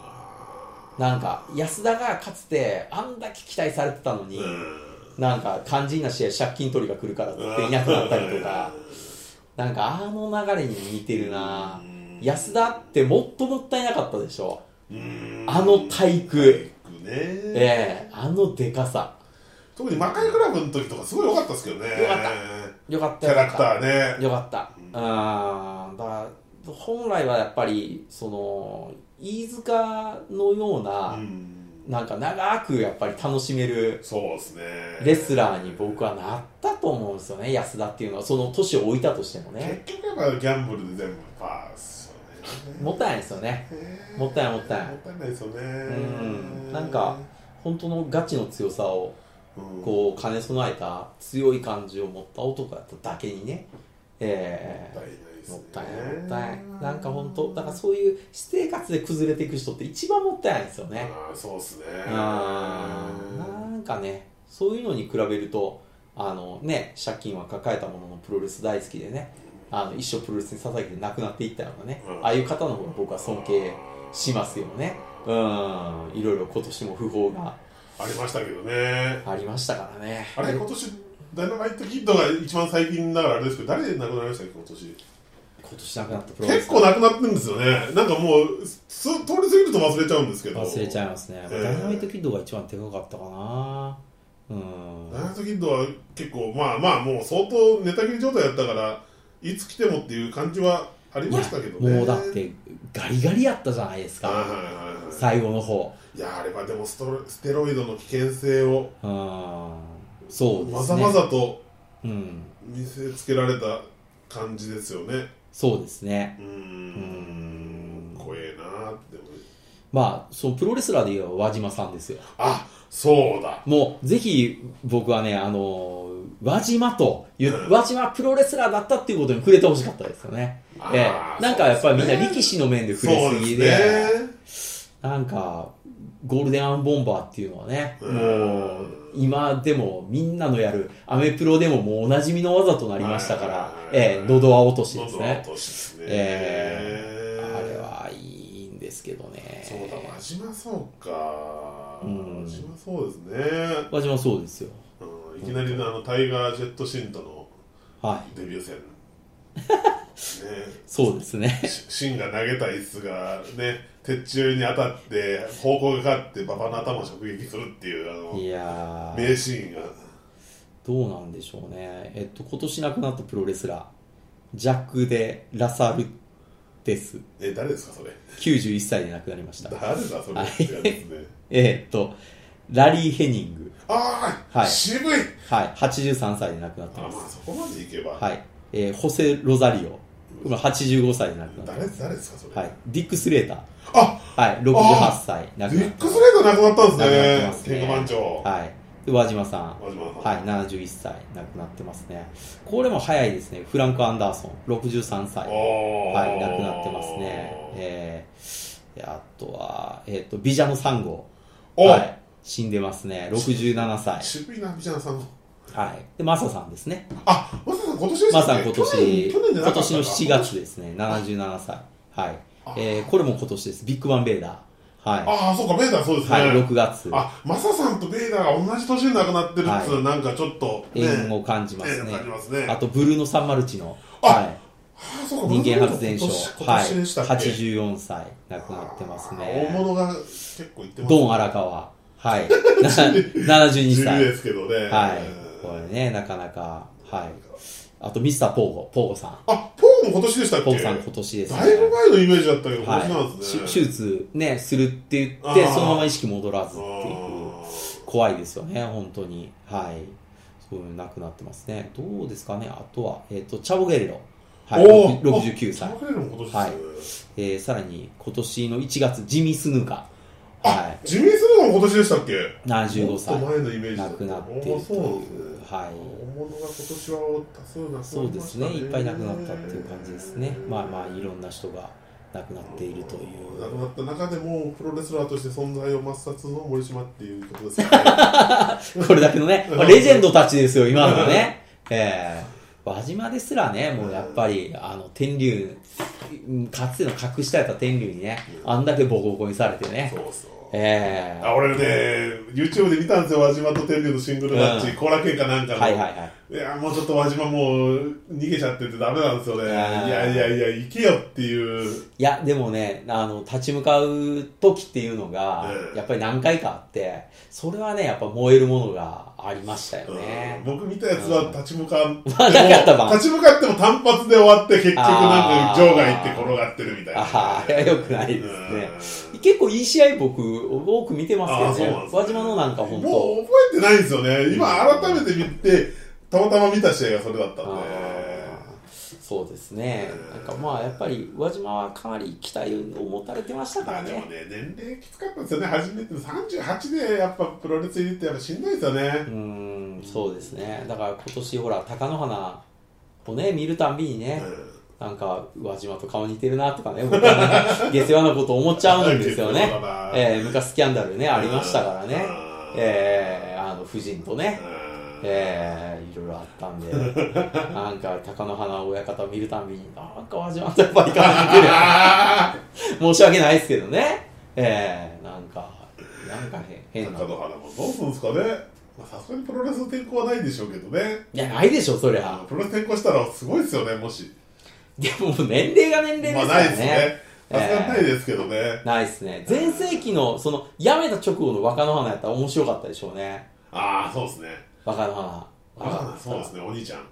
S1: あ
S2: なんか安田がかつてあんだけ期待されてたの
S1: ー
S2: に、
S1: うん
S2: なんか肝心な試合借金取りが来るからって言っていなくなったりとかなんかあの流れに似てるな
S1: うん
S2: 安田ってもっともったいなかったでしょ
S1: うん
S2: あの体育
S1: 体育ね
S2: ええあのでかさ
S1: 特に魔界クラブの時とかすごい良かったですけどね
S2: 良かったよかっ
S1: キ
S2: た
S1: ャラ
S2: よか
S1: ク
S2: った
S1: ターね
S2: よかった。あーだから本来はやっぱりその飯塚のよう
S1: う
S2: な、
S1: ん
S2: なんか長くやっぱり楽しめる
S1: そうですね
S2: レスラーに僕はなったと思うんですよね安田っていうのはその年を置いたとしてもね
S1: 結局やっぱギャンブルで全部パーですよね
S2: もったいないですよねもったいないもったいない
S1: もったいないですよね
S2: うんなんか本当のガチの強さを
S1: うん
S2: こう兼ね備えた強い感じを持った男だっただけにねえ
S1: もったい
S2: ー
S1: ないですね
S2: もったいないもったいないなんか本当だからそういう私生活で崩れていく人って一番もったいないですよね
S1: あーそうですね
S2: あーなんかねそういうのに比べるとあのね借金は抱えたもののプロレス大好きでねあの一生プロレスに捧げて亡くなっていったようなね、
S1: うん
S2: ああいう方の方が僕は尊敬しますよねうんいろいろ今年も不法が
S1: ありましたけどね
S2: ありましたからね
S1: あれ今年ダイナマイトキッドが一番最近だからあれですけど誰で亡くなりましたっけ今年
S2: 今年亡くなったプロレ
S1: 結
S2: ス
S1: 構なくなってるんですよねなんかもうす通り過ぎると忘れちゃうんですけど
S2: 忘れちゃいますすね、
S1: えー
S2: ダイナマイトキッドが一番でかかったかなうん
S1: ダイナマイトキッドは結構まあまあもう相当ネタ切り状態だったからいつ来てもっていう感じはありましたけど
S2: い
S1: ね
S2: やもうだってガリガリやったじゃないです
S1: はいはい
S2: か
S1: はいは
S2: 最後の方
S1: いいやあれはでもストロステロイドの危険性を
S2: あーそうですね
S1: まざまざと
S2: うん
S1: 見せつけられた感じですよね
S2: そうですね
S1: うーん
S2: うん
S1: 怖えなーって思う
S2: まあそのプロレスラーで言えば輪島さんですよ
S1: あそうだ
S2: もうぜひ僕はねあの輪島という
S1: うん
S2: 輪島プロレスラーだったっていうことに触れてほしかったですよね
S1: あー
S2: ええ、なんかやっぱりみんな
S1: そうですね
S2: 力士の面で触
S1: そ
S2: れ
S1: う
S2: すぎで
S1: ですね
S2: なんかゴールデンアンボンバーっていうのはね、
S1: うん
S2: もう今でもみんなのやるアメプロでももうおなじみの技となりましたから
S1: はい、
S2: ええ、喉輪落としで
S1: 喉
S2: す
S1: の
S2: ね
S1: 落としですね
S2: えあれはいいんですけどね。
S1: そうだ真島そうか
S2: うん
S1: 真島そうですね、
S2: 私もそうですよ。
S1: うん、いきなりのあのタイガー・ジェット・シントの
S2: はい。
S1: デビュー戦ね
S2: そうですね。
S1: [LAUGHS] 芯が投げた椅子がね鉄柱に当たって方向が変わって馬場の頭を直撃するっていうあの
S2: [LAUGHS] いやー、
S1: 名シーンが
S2: どうなんでしょうね。えっと、今年亡くなったプロレスラー、ジャック・デ・ラサルです。
S1: え誰ですかそれ
S2: 91歳で亡くなりま [LAUGHS] した。
S1: 誰だそれ
S2: あ
S1: ってやつですね
S2: えっと、ラリー・ヘニング、
S1: ああ、
S2: はい
S1: 渋い
S2: はい、83歳で亡くなって
S1: あ
S2: ま。
S1: ますあそこまでいけば、
S2: はい、えーホセ・ロザリオ、これ85歳で亡くなって
S1: 誰
S2: ま
S1: 誰ですかそれ、
S2: す。はい、ディック・スレータ
S1: あ
S2: ー、はい、68歳、亡く
S1: ビ
S2: なっ
S1: ッグ
S2: てま
S1: ス
S2: す。
S1: レードなくなったん
S2: なくなって
S1: で
S2: ますす
S1: ね
S2: ね
S1: ケンコ番長は
S2: はい、で和島さん、
S1: い
S2: はい、71歳亡くなってますね。これも早いですね。フランク・アンダーソン、63歳。は
S1: おー
S2: い、亡くなってますね。えー、であとは、えっ、と、ビジャノ3号。
S1: お、
S2: はい。死んでますね。67歳。
S1: 渋いなビジャンさん
S2: はい。で、マサさんですね。
S1: あマサさん今年です
S2: マサさん今
S1: 去年
S2: 年、
S1: 去年じゃなか
S2: 今
S1: ったか
S2: 年の7月ですね。77歳。はい。えー、これも今年です。ビッグバンベーダー。は
S1: ああそうかベーダーそうで
S2: い。
S1: すね、
S2: はい、6月。
S1: あマサさんとベイダーが同じ年に亡くなってるっつうのはなんかちょっとね、
S2: 縁を感じます
S1: 縁を
S2: ね
S1: 感じますね。
S2: あと、ブルーノ・サンマルチの。
S1: あ
S2: はい。
S1: ああそうか
S2: [LAUGHS] 人間発電所
S1: 今年、今
S2: は
S1: 年
S2: い、
S1: でしたっけ、
S2: 84歳亡くなってます
S1: 大
S2: ね。
S1: 物が結構いってます
S2: ドン荒川、
S1: [LAUGHS]
S2: はい、な72
S1: 自由
S2: 歳、
S1: ですけどね
S2: はい、これね、なかなか、はい、あとミスターポーゴ、ポーゴさん、
S1: あポーも今年でしたっけ
S2: ポーゴさん今年ですね。
S1: だいぶ前のイメージだったけど今年なん
S2: はい、
S1: です
S2: し
S1: ね、
S2: 手術ね、するって言
S1: あ
S2: って、
S1: ー
S2: そのまま意識戻らずっていう。
S1: あー
S2: 怖いですよね、本当に。はい。そういうのなくなってますね。どうですかね、あとは、えっ、と、チャボゲレロ。はい、
S1: おー
S2: 69歳
S1: あ。チャンネルも今年ですね、
S2: はいえーさらに今年の1月、ジミスヌーカー、は
S1: ジミー・スーも今年でしたっけ
S2: い、75歳
S1: もっと前のイメージだ
S2: 亡
S1: た
S2: くなっているとい
S1: あ
S2: う
S1: ーそうなんですね
S2: は
S1: 大
S2: い、
S1: 物が今年はおったそうな
S2: そうですね、いっぱい亡くなったっていう感じですね、まあまあ、いろんな人が亡くなっているという、
S1: [LAUGHS] 亡くなった中でもプロレスラーとして存在を抹殺の森島っていうことですよ
S2: [LAUGHS]
S1: ね
S2: これだけのね、まあレジェンドたちですよ、今のね。
S1: [LAUGHS]
S2: えー、輪島ですらね、もうやっぱり、あの、天竜、かつての格下やった天竜にね、あんだけボコボコにされてね
S1: そ、うそう
S2: えー、
S1: あ俺ね YouTube で見たんですよ輪島と天竜のシングルマッ
S2: う
S1: チ
S2: ん
S1: 後楽園かなんかの、
S2: はいはいはい。
S1: いやもうちょっと輪島もう逃げちゃっててダメなんですよねい
S2: ー
S1: やいやいや行けよっていう
S2: いや、でもね、あの、立ち向かう時っていうのが、
S1: うん
S2: やっぱり何回かあって、それはね、やっぱ燃えるものがありましたよね。
S1: うん僕見たやつは立ち向かっても、
S2: [LAUGHS] まあなかったわ
S1: 立ち向かっても単発で終わって結局なん
S2: あ
S1: か
S2: ー
S1: 場外行って転がってるみたいな、
S2: ああ、よくないですね。
S1: うん
S2: 結構いい試合僕、多く見てま
S1: あー
S2: す
S1: そう
S2: けど
S1: なん
S2: ね
S1: で。すね
S2: 輪島のなんか本
S1: も
S2: 当
S1: う覚えてないんですよね今改めて見てたまたま見た試合がそれだったん
S2: あーそうですね。なんかまあ、やっぱり輪島はかなり期待を持たれてました
S1: で
S2: か
S1: ま
S2: ら
S1: あでも
S2: ね。
S1: ね年齢きつかったですよね初めて38でやっぱプロレス入りってやっぱしんどいですよ
S2: う
S1: ね
S2: ーん、そうですね。だから今年ほら、貴乃花をね、見るたんびにね、なんか、宇和島と顔似てるなとかね、僕はね下世話なこと思っちゃうんですよね
S1: 下世話だな。
S2: えー昔スキャンダルね、ありましたからね
S1: あ。ー
S2: えーあの、夫人とね
S1: う、ん
S2: えーいろいろあったんで、なんか、貴乃花親方見るたんびに、なんか宇和島とやっぱり顔似てるよ
S1: あ
S2: な申し訳ないですけどね。えーなんか、なんかへ
S1: ー
S2: 変な。
S1: 中
S2: い
S1: 野花もどうするんですかねまあさすがにプロレスの転向はないでしょうけどね
S2: や、ないでしょ、そりゃ。
S1: プロレス転向したらすごいですよねもし
S2: でも、年齢が年齢です
S1: ま
S2: か
S1: あ
S2: ら
S1: ないですね
S2: ね。
S1: さすがにないですけどね
S2: ないですね。全盛期の、その、辞めた直後の若乃花やったら面白かったでしょうね。
S1: ああそうですね
S2: 若乃花。
S1: ああそうですねお兄ちゃんお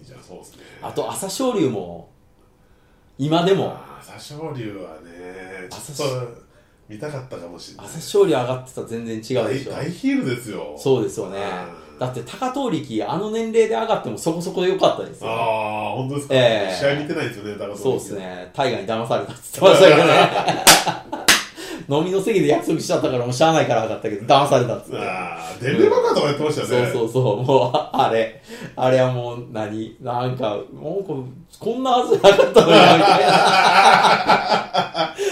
S1: 兄ちゃんそうですね
S2: あと、朝青龍も、今でも、
S1: あー朝青龍はねち
S2: 朝
S1: ょっと見たかったかもしれない
S2: 朝青龍上がってたら全然違うで
S1: 大
S2: しょ。
S1: 大ヒールですよ
S2: そうですよね。だって、高藤力、あの年齢で上がってもそこそこで良かったですよ、ね。
S1: ああ本当ですか、
S2: ええ
S1: 試合見てないんですよねだから
S2: そうですね。大河に騙されたって言ってましたけ
S1: [LAUGHS]
S2: どね。飲みの席で約束しちゃったから、もうしゃあないから上がったけど、騙されたっつって。
S1: ああデビューバカとかやってましたよね、
S2: そうそうそう、もう、あれ、あれはもう何、なんか、もうここんなはずなかったのにな、みたい
S1: [LAUGHS]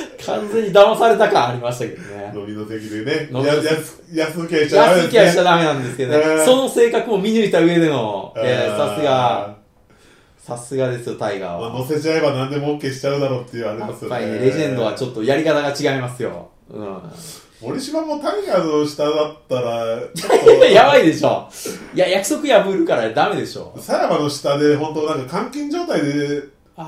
S2: な。完全に騙された感ありましたけどね。
S1: 飲みの席でね
S2: 飲み
S1: や
S2: の席
S1: やす安請けしちゃダメ
S2: 安
S1: で
S2: い
S1: す
S2: 気はしちゃ
S1: ね
S2: ダメなんですけど
S1: え
S2: ね。
S1: ー
S2: その性格も見抜いた上での、えー
S1: あー
S2: さすが、さすがですよ、タイガー
S1: まあ
S2: は。
S1: 乗せちゃえば何でも OK しちゃうだろうっていうあれ
S2: や
S1: で
S2: っ
S1: すよ
S2: ぱ
S1: ね
S2: りね、レジェンドはちょっとやり方が違いますよ。うん。
S1: 森島もタイガーの下だった
S2: [LAUGHS]
S1: らちょっ
S2: やばいでしょ。いや、約束破るからダメでしょ
S1: と。さらばの下で本当なんか監禁状態で
S2: あ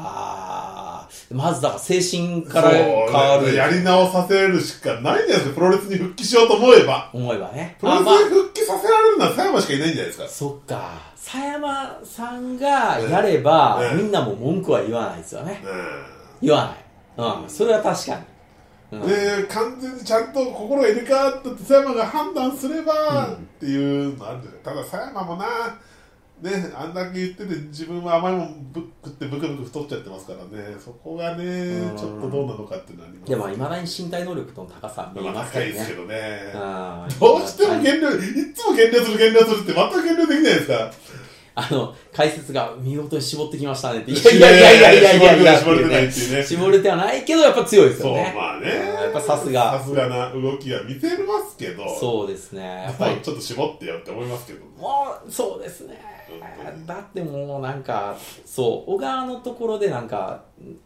S2: かまずだから精神から変わ
S1: そう
S2: る
S1: やり直させるしかないんじゃないですかプロレスに復帰しようと思えば
S2: 思えばね
S1: プロレ
S2: あ
S1: ス
S2: まあ
S1: に復帰させられるのは佐山しかいないんじゃないですか
S2: そっか佐山さんがやれば、
S1: うん
S2: みんなも文句は言わないですよね
S1: う
S2: 言わないうんそれは確かに、うん
S1: んで完全にちゃんと心が入れ替わったって佐山が判断すれば、
S2: うん
S1: っていうのあるんじゃないただ佐山もなねあんだけ言ってて自分は甘いもんぶっ食ってブクブク太っちゃってますからねそこがね、
S2: ん
S1: ちょっとどうなのかっていうのはあります
S2: でもいまだに身体能力の高さ見え
S1: まあ
S2: ます
S1: 高い
S2: け
S1: で
S2: ど
S1: すけ
S2: ね
S1: どね
S2: あー
S1: どうしても減量いつも減量する減量するって全く減量できないですか
S2: あの解説が見事に絞ってきましたねっていやいやいやいやいやいやいや
S1: 絞れてない絞れてないっていうね
S2: 絞れてはないけどやっぱ強いです
S1: そう
S2: よね
S1: まあね
S2: やっぱさすが
S1: さすがな動きは見せますけど
S2: そうですねやっぱ
S1: も
S2: り
S1: うちょっと絞ってよって思いますけど
S2: もうそうですねだってもうなんかそう小川のところでなんか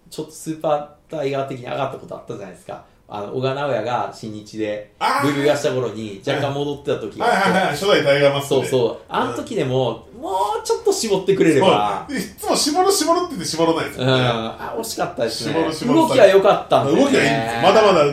S2: ちょっとスーパータイガー的に上がったことあったじゃないですかあの小川直也が新日で
S1: あー
S2: ブルーがした頃に若干戻ってた時が
S1: はいはいはい初代タイガーマスク
S2: そう
S1: で
S2: そうあの時でももうちょっと絞ってくれれば
S1: そういつも絞る絞るって言って絞らないですよ
S2: うん、
S1: ね、
S2: あ惜しかったですね
S1: 絞る絞る
S2: 動きは良かったんで、ね、
S1: 動きはいいんですまだまだ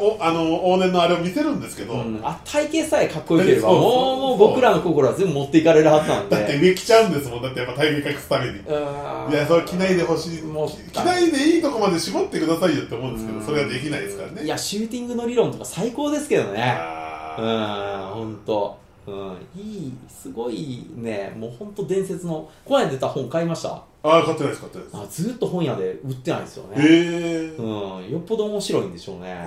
S1: おあの往年のあれを見せるんですけど、
S2: うん、あ体型さえかっこよければ
S1: そう
S2: も
S1: そう
S2: うもう僕らの心は全部持っていかれるはずなん
S1: だって
S2: で
S1: 上着ちゃうんですもんだってやっぱ体型隠すために
S2: うん
S1: いやそれ着ないでほしい
S2: もう
S1: 着ないでいいとこまで絞ってくださいよって思うんですけどそれはできないですからね
S2: いやシューティングの理論とか最高ですけどね
S1: あ
S2: うん本当うんいいすごいねもう本当伝説のこの間出た本買いました
S1: ーあー買ってないです買ってないです
S2: あずっと本屋で売ってないですよね、
S1: へえー
S2: うんよっぽど面白いんでしょうね
S1: あ
S2: うんだ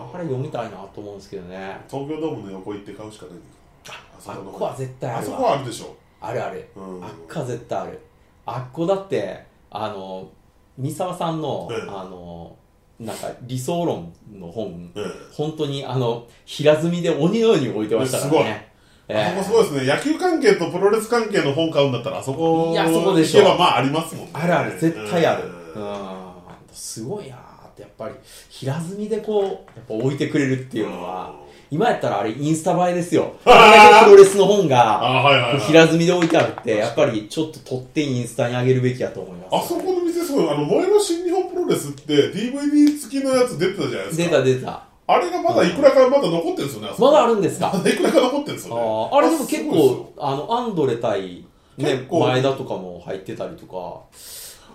S1: ー
S2: から読みたいなと思うんですけどね
S1: 東京ドームの横行って買うしかないんですあそ
S2: あ
S1: こ
S2: っ
S1: の
S2: こは絶対あ
S1: あ
S2: る
S1: そ
S2: わ
S1: こはあるでしょ
S2: あるある、
S1: うん
S2: あっこは絶対あるあっこだってあの三沢さんの、
S1: うん
S2: あのなんか理想論の本
S1: うん
S2: 本当にあの平積みで鬼のように置いてましたからね
S1: あそこすごいで
S2: い
S1: すね野球関係とプロレス関係の本買うんだったらあそこ
S2: いやそこでしょ
S1: 行けばまあありますもんね
S2: あるある絶対あるう
S1: うんん
S2: すごいなーってやっぱり平積みでこうやっぱ置いてくれるっていうのは今やったらあれインスタ映えですよあれだけプロレスの本
S1: あ
S2: が
S1: ーはいはい、はい、
S2: 平積みで置いてあるってやっぱりちょっと取ってインスタに上げるべきやと思います
S1: あそこの店すごいあの前の新日本プロレスって DVD 付きのやつ出てたじゃないですか
S2: 出た出た
S1: あれがまだいくらかまだ残ってるんですよね、あそこ
S2: まだあるんですか
S1: まだ [LAUGHS] いくらか残ってるんです
S2: あ
S1: よね
S2: ーあれでも結
S1: すごいですよ
S2: 構あのアンドレ対、
S1: 結
S2: ね、
S1: 構
S2: 前田とかも入ってたりとか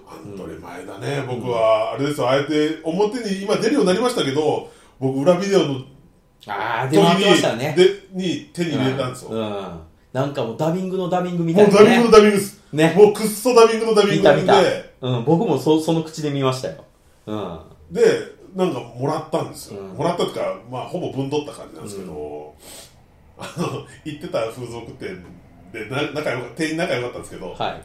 S1: アンドレ前だね、僕は、あれですよ、あえて表に今出るようになりましたけど、僕、裏ビデオの
S2: ああ
S1: 時
S2: 出回ってましたよ
S1: に,、
S2: ね
S1: でに手に入れたんですよ。
S2: うんうんなんかもうダビングのダビングみた
S1: も
S2: いうな
S1: ダビングの
S2: ね
S1: ダビングです。
S2: ね
S1: もうくっそダビングのダビン
S2: 見
S1: グ
S2: た
S1: で
S2: 見た、うん、僕もそその口で見ましたよ、うん、
S1: で、なんかもらったんですよ。
S2: うん
S1: もらったっていうか、まあ、ほぼ分取った感じなんですけど、 [LAUGHS] あの、行ってた風俗店で、な仲良か店員仲良かったんですけど、
S2: はい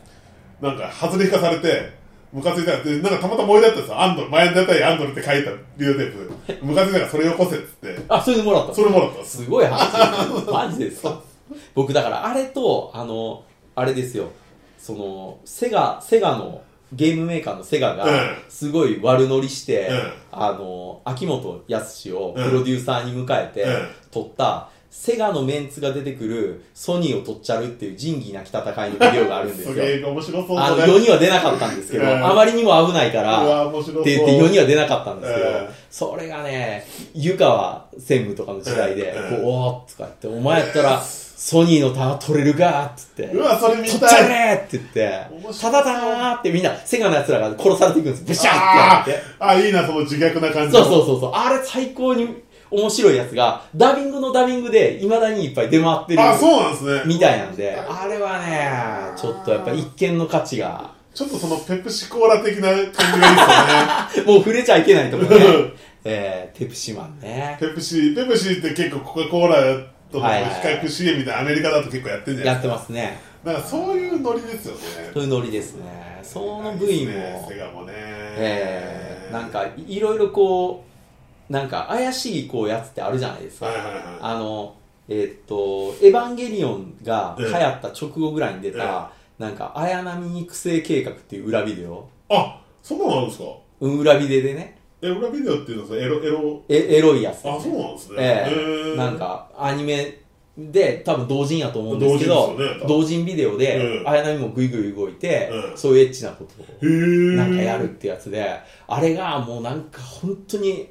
S1: なんか、外れ引かされて、ムカついたら、で、なんかたまたま思い出ったんですよ。アンドル、前田対アンドルって書いたビデオテープ。ムカついたからそれよこせっつって、
S2: あそれでもらったの
S1: それもらったんです。
S2: すごい話マジですか僕だからあれとあのあれですよそのセガセガのゲームメーカーのセガが
S1: うん
S2: すごい悪乗りして、
S1: うん
S2: あの秋元康を
S1: うん
S2: プロデューサーに迎えて
S1: うん
S2: 撮った、セガのメンツが出てくるソニーを撮っちゃるっていう仁義なき戦いのビデオがあるんです
S1: す
S2: よ
S1: げえ面白そうだ
S2: あの
S1: ね。
S2: 世には出なかったんですけど、
S1: うん
S2: あまりにも危ないから
S1: うわ面白そう
S2: って言って世には出なかったんですけど、
S1: うん
S2: それがね湯川専務とかの時代で「
S1: うん
S2: こうおー」とか言って「お前やったらソニーのタワー取れるか」っつって「
S1: うわ、それ見
S2: 取っちゃ
S1: たい。
S2: れ!」って言って
S1: 面白い
S2: 「ただだー」ってみんなセガのやつらが殺されていくんですブシャー
S1: あ
S2: ってやって
S1: ーあ、いいな、その自虐な感じ
S2: そ
S1: の。
S2: うそうそうそうあれ最高に面白いやつがダビングのダビングでいまだにいっぱい出回ってる
S1: あ、そうなんですね。
S2: みたいなんであれはねちょっとやっぱ一見の価値が。
S1: ちょっとそのペプシコーラ的な感
S2: [LAUGHS]
S1: じがいいです
S2: もう触れちゃいけないところね
S1: うん。
S2: えー、ペプシマンね。
S1: よね。ペプシ、ペプシって結構コカ・コーラとの
S2: はい
S1: 比
S2: はい
S1: 較 CM みたいなアメリカだと結構やってんじゃないで
S2: やってますね。
S1: すか。なんかそういうノリですよね。
S2: そういうノリですね。その部位も、
S1: ないっすねセガもね。
S2: えー、なんかいろいろこう、なんか怪しいこうやつってあるじゃないですか。
S1: はいはいはい
S2: あの、えーっと、エヴァンゲリオンが
S1: え
S2: 流
S1: え
S2: 行った直後ぐらいに出
S1: え
S2: た、なんか綾波育成計画っていう裏ビデオ。
S1: あ、そんなのあるんですか
S2: うん、裏ビデでね。
S1: え、裏ビデオっていうのはそのエロ、エロ、
S2: えエロいやつですね、
S1: あ、そうなんですね。
S2: ええ
S1: ー
S2: なん、かアニメで、多分同人やと思うんですけ
S1: 同人
S2: ど、
S1: ですよね多分
S2: 同人ビデオで
S1: う、ん
S2: 綾波もグイグイ動いて、
S1: うん
S2: そういうエッチなことを
S1: へえ
S2: なんかやるってやつで、あれがもうなんか本当に、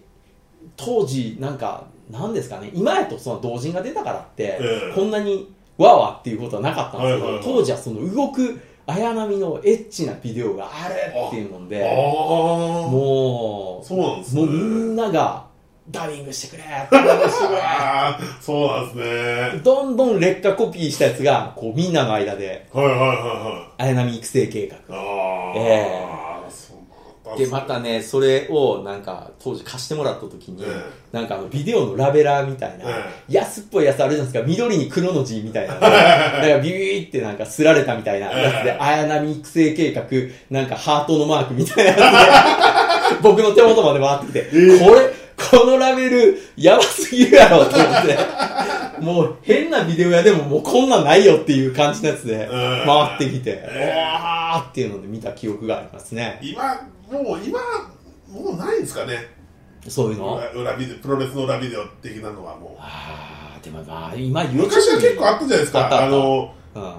S2: 当時、なんか、なんですかね、今やとその同人が出たからって、
S1: ええ
S2: こんなにわーわーっていうことはなかったんですけど、
S1: はいはいはい
S2: 当時はその動く綾波のエッチなビデオがあるっていうの
S1: あ
S2: で、
S1: あ
S2: もう、
S1: そうなんですね
S2: もうみんなが、ダビングしてくれダビングしてくれ
S1: あーそうなんですね
S2: どんどん劣化コピーしたやつが、こうみんなの間で、
S1: はいはいは
S2: 綾波育成計画。
S1: いはいああそうなん
S2: で、またね、それをなんか当時貸してもらった時に
S1: ええ、
S2: なんかあのビデオのラベラーみたいな
S1: え、
S2: 安っぽいやつあるじゃないですか、緑に黒の字みた
S1: [LAUGHS]
S2: いなのが、なんかビビビってなんかすられたみたいなやつで、
S1: ええ
S2: 綾波育成計画、なんかハートのマークみたいなやつで、 [LAUGHS] 僕の手元まで回ってきて、
S1: ええ
S2: これ、このラベル、やばすぎるやろと思って。もう変なビデオ屋でももうこんなんないよっていう感じのやつで
S1: うん
S2: 回ってきて、う
S1: え
S2: わーっていうので見た記憶がありますね。
S1: 今もう今もうないんですかね
S2: そういうの。
S1: 裏裏ビデオプロレスの裏ビデオ的なのはも
S2: あー、でもまあ、今 YouTube
S1: う昔は結構あったじゃないです
S2: あったあっ
S1: か
S2: た
S1: あの
S2: うん。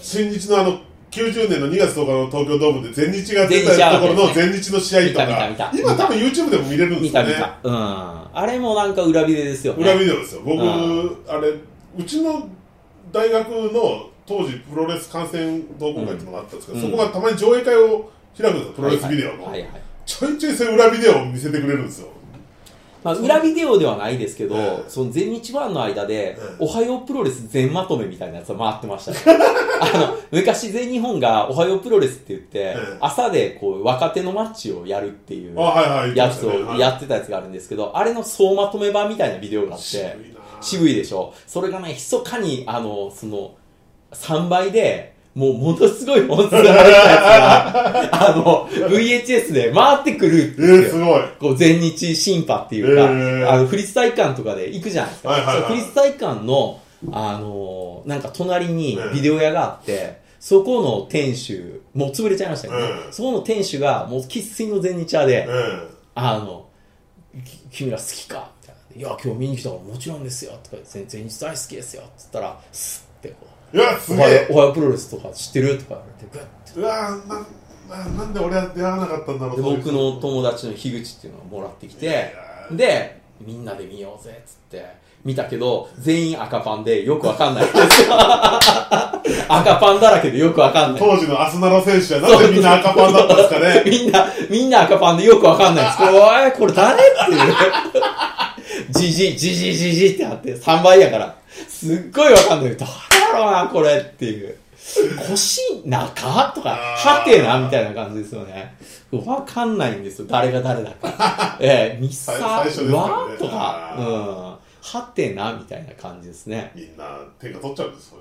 S1: 新日のあの90年の2月10日の東京ドームで前日が出
S2: 前日あ
S1: た
S2: る
S1: ところの前日の試合と
S2: 見
S1: か
S2: た見た見た
S1: 今多分 YouTube でも見れるんで
S2: 見
S1: すよ
S2: た
S1: ね
S2: 見た。うん。あれもなんか裏ビデですよね。
S1: 裏ビデオですよ僕
S2: うん
S1: あれうちの大学の当時プロレス観戦同好会っていうのがあったんですけど、
S2: うん
S1: そこがたまに上映会を開くんですよプロレスビデオの、
S2: はいはいはいはい。
S1: ちょいちょいそういう裏ビデオを見せてくれるんですよ
S2: まあ、裏ビデオではないですけど、
S1: ええ
S2: その全日ワンの間で、
S1: ええ
S2: おはようプロレス全まとめみたいなやつが回ってま
S1: [LAUGHS]
S2: した、ね、あの昔全日本がおはようプロレスって言って、
S1: え
S2: 朝でこう若手のマッチをやるっていう
S1: あはいはい言
S2: や
S1: って
S2: つ
S1: ましたね
S2: を
S1: はい
S2: やってたやつがあるんですけど、あれの総まとめ版みたいなビデオがあっ
S1: 渋い
S2: て、
S1: な
S2: 渋いでしょそれがね、密かに、あの、その、3倍で、もうものすごい本数が入ったや
S1: [LAUGHS]
S2: つが、あの、VHS で回ってくるん
S1: え
S2: です
S1: ー、す
S2: よ
S1: ごい
S2: こう全日審判っていうか、
S1: えー
S2: あの、府立体育館とかで行くじゃないですか。
S1: はいはいはい
S2: その府立体育館の、あのーなんか隣に
S1: うん
S2: ビデオ屋があって、そこの店主、もう潰れちゃいましたけど、ね
S1: うん
S2: そこの店主が、もう生粋の全日屋で、
S1: うん
S2: あの、き君ら好きかみたいな。いや、今日見に来たからもちろんですよ。とか、全全日大好きですよ。つったら、スッてこ
S1: いや
S2: う、
S1: す
S2: お
S1: げ
S2: はよ
S1: え
S2: うおはようプロレスとか知ってるとか言われて、グッて。
S1: うわーなななんで俺は出会わなかったんだろう
S2: で
S1: そういう
S2: 僕の友達の樋口っていうのをもらってきて
S1: いや
S2: でみんなで見ようぜっつって見たけど全員赤パンでよ [LAUGHS] くわかんない赤パンだらけでよくわかんない
S1: 当時のアスナロ選手はなんでみんな赤パンだったんですかね
S2: [LAUGHS] みんなみんな赤パンでよくわかんない
S1: [LAUGHS]
S2: ですこれおいこれ誰っていうじじじじじじってなって3倍やからすっごいわかんない誰やろうなこれっていう腰中とか
S1: あー
S2: はてなみたいな感じですよねわかんないんですよ誰が誰だ
S1: [LAUGHS]
S2: かええミサ
S1: 最最初ですからね
S2: ワとか
S1: あ
S2: うん
S1: ー
S2: はてなみたいな感じですね
S1: みんな手が取っちゃうんですそ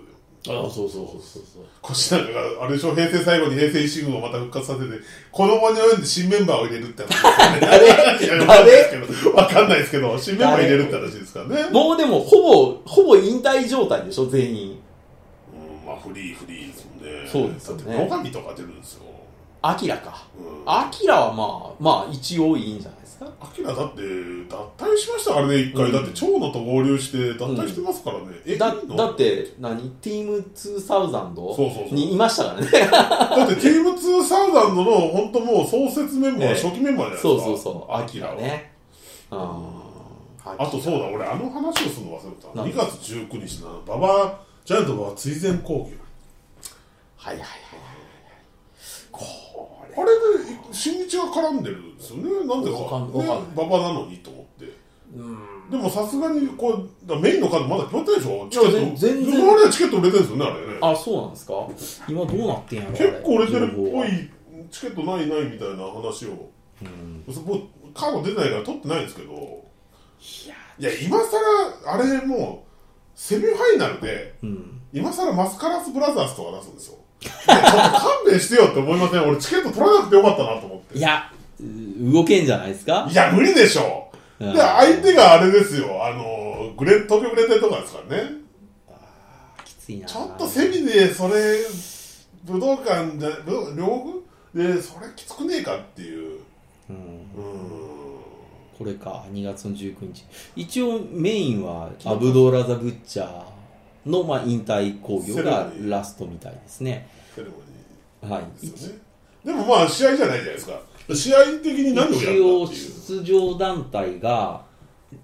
S1: れで
S2: あそうそうそうそうそう
S1: 腰なんかが、あれでしょ、平成最後に平成維新軍をまた復活させて、子供に及んで新メンバーを入れるって話ですよね
S2: 誰
S1: [LAUGHS] いやわかんないですけどわかんないですけど、新メンバー入れるって話ですからね。
S2: もうでもほぼほぼ引退状態でしょ全
S1: う
S2: 員
S1: ん、まあ、フリー、フリーですもんね。
S2: そうですよね
S1: だって、野上とか出るんですよ。
S2: アキラか
S1: うん。あ、
S2: アキラはまあ、まあ一応いいんじゃないですか。
S1: アキラだって、脱退しましたからね、一回。
S2: うん
S1: だって、蝶野と合流して、脱退してますからね。え
S2: だ
S1: いいの
S2: だって、何ティーム
S1: うそうそう
S2: 2000にいましたからね。
S1: だって、ティーム2サウザンドの、本当もう、創設メンバー、
S2: ええ
S1: 初期メンバーじゃないですか。
S2: そうそうそう、
S1: ア
S2: ア
S1: キ
S2: キ
S1: ラ
S2: ラ
S1: は。
S2: ね。うん。
S1: あとそう
S2: う。
S1: だ、俺あの話をするの忘れてた。
S2: 何
S1: 2月19日なの、馬場、ジャイアント馬場追善工業。
S2: はいはいはい。
S1: あれで、新日が絡んでるんですよね。なんでか、
S2: わかん
S1: ね
S2: わかんない
S1: 馬場なのにと思って。
S2: うん。
S1: でもさすがに、こう、だからメインのカードまだ決まってないでしょチケ
S2: いや
S1: ット。
S2: 全然
S1: あれはチケット売れてるんですよね、あれね。
S2: あ、そうなんですか今どうなってんやろ
S1: 結構売れてるっぽ。
S2: あれ
S1: い、チケットないないみたいな話を。
S2: うん
S1: そこ、カード出てないから取ってないんですけど。
S2: いや、
S1: いや、今更、あれもう、セミファイナルで、
S2: うん。
S1: 今更マスカラスブラザーズとか出すんですよ。いやちょっと勘弁してよって思いません俺チケット取らなくてよかったなと思って。
S2: いや、う動けんじゃないですか
S1: いや、無理でしょう。
S2: うん
S1: で、相手があれですよ。あの、グレ東京グレーテとかですからね。
S2: きついな。
S1: ちょっとセミで、それ、武道館じゃ、武道両軍で、それきつくねえかっていう。
S2: うん。
S1: うーん。
S2: これか、2月の19日。一応メインは、アブドーラ・ザ・ブッチャーの、まあ、引退興
S1: セレ
S2: 行が
S1: モニー
S2: ラストみたいですね。
S1: セレモ
S2: はい、
S1: ニーですよねでもまあ試合じゃないじゃないですか試合的に何をやったって
S2: 一応
S1: いう
S2: 出場団体が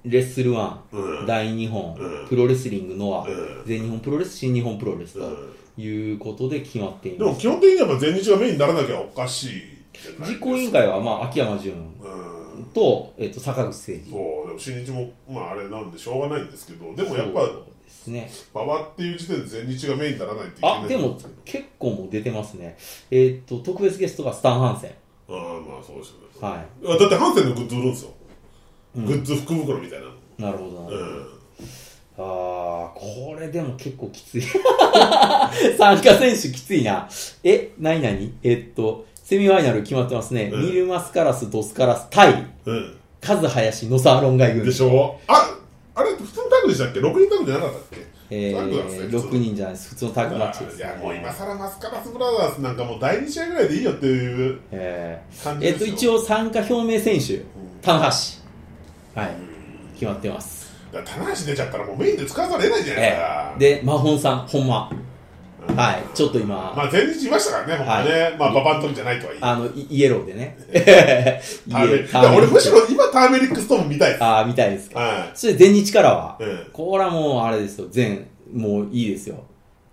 S2: レッスルワン、
S1: うん
S2: 大日本、
S1: うん
S2: プロレスリングノア、
S1: うん
S2: 全日本プロレス新日本プロレスと
S1: うん
S2: いうことで決まってい
S1: で
S2: ま
S1: も
S2: す、
S1: 基本的にやっぱ前日がメインにならなきゃおかしいじゃないですか
S2: 実行委員会は、まあ、秋山純
S1: うん
S2: と,、えっと坂口誠二
S1: そうでも新日もまああれなんでしょうがないんですけどでもやっ
S2: そ
S1: ぱ
S2: うですね
S1: 馬場っていう時点で前日がメインにならないっていけない
S2: あでも結構もう出てますねえっと特別ゲストがスタン・ハンセン
S1: ああまあそうですよね
S2: は
S1: あだってハンセンのグッズ売るんですよ、
S2: うん
S1: グッズ福袋みたいなの
S2: いなるほどなるほど、
S1: うん
S2: ああこれでも結構きつい [LAUGHS] 参加選手きついなえ何何えっとセミファイナル決まってますね、
S1: うん
S2: ニルマスカラスドスカラス対
S1: うん、
S2: カズハヤシノサーロンガイ軍
S1: でしょああれ普通のタッグでしたっけ6人タッグじゃなかったっけ
S2: え
S1: タッグなんですね
S2: ー、
S1: 普通
S2: 6人じゃないです普通のタッグマッチです、
S1: い
S2: ね、
S1: やもう今さらマスカラスブラザーズなんかもう第2試合ぐらいでいいよっていう
S2: えー
S1: 感じ
S2: え
S1: で
S2: っ
S1: す
S2: と
S1: よ
S2: 一応参加表明選手棚橋はい決まってます
S1: だから棚橋出ちゃったらもうメインで使わされないじゃないです
S2: え
S1: か、
S2: えで、マホンさん、ほんま。はい、ちょっと今、
S1: まあ前日いましたからね、ほんまね、まあババントじゃないとはいえ、
S2: あの、イイエローでね。イエ [LAUGHS]
S1: ターメリック、
S2: タ
S1: い
S2: ー
S1: や
S2: メリ
S1: 俺
S2: ッ
S1: む
S2: ク
S1: しろ今ターメリックストーン見たいです。
S2: ああ、みたいですか。
S1: は
S2: そして、前日からは、
S1: い。うん。
S2: これはもう、あれですよ、全、もういいですよ。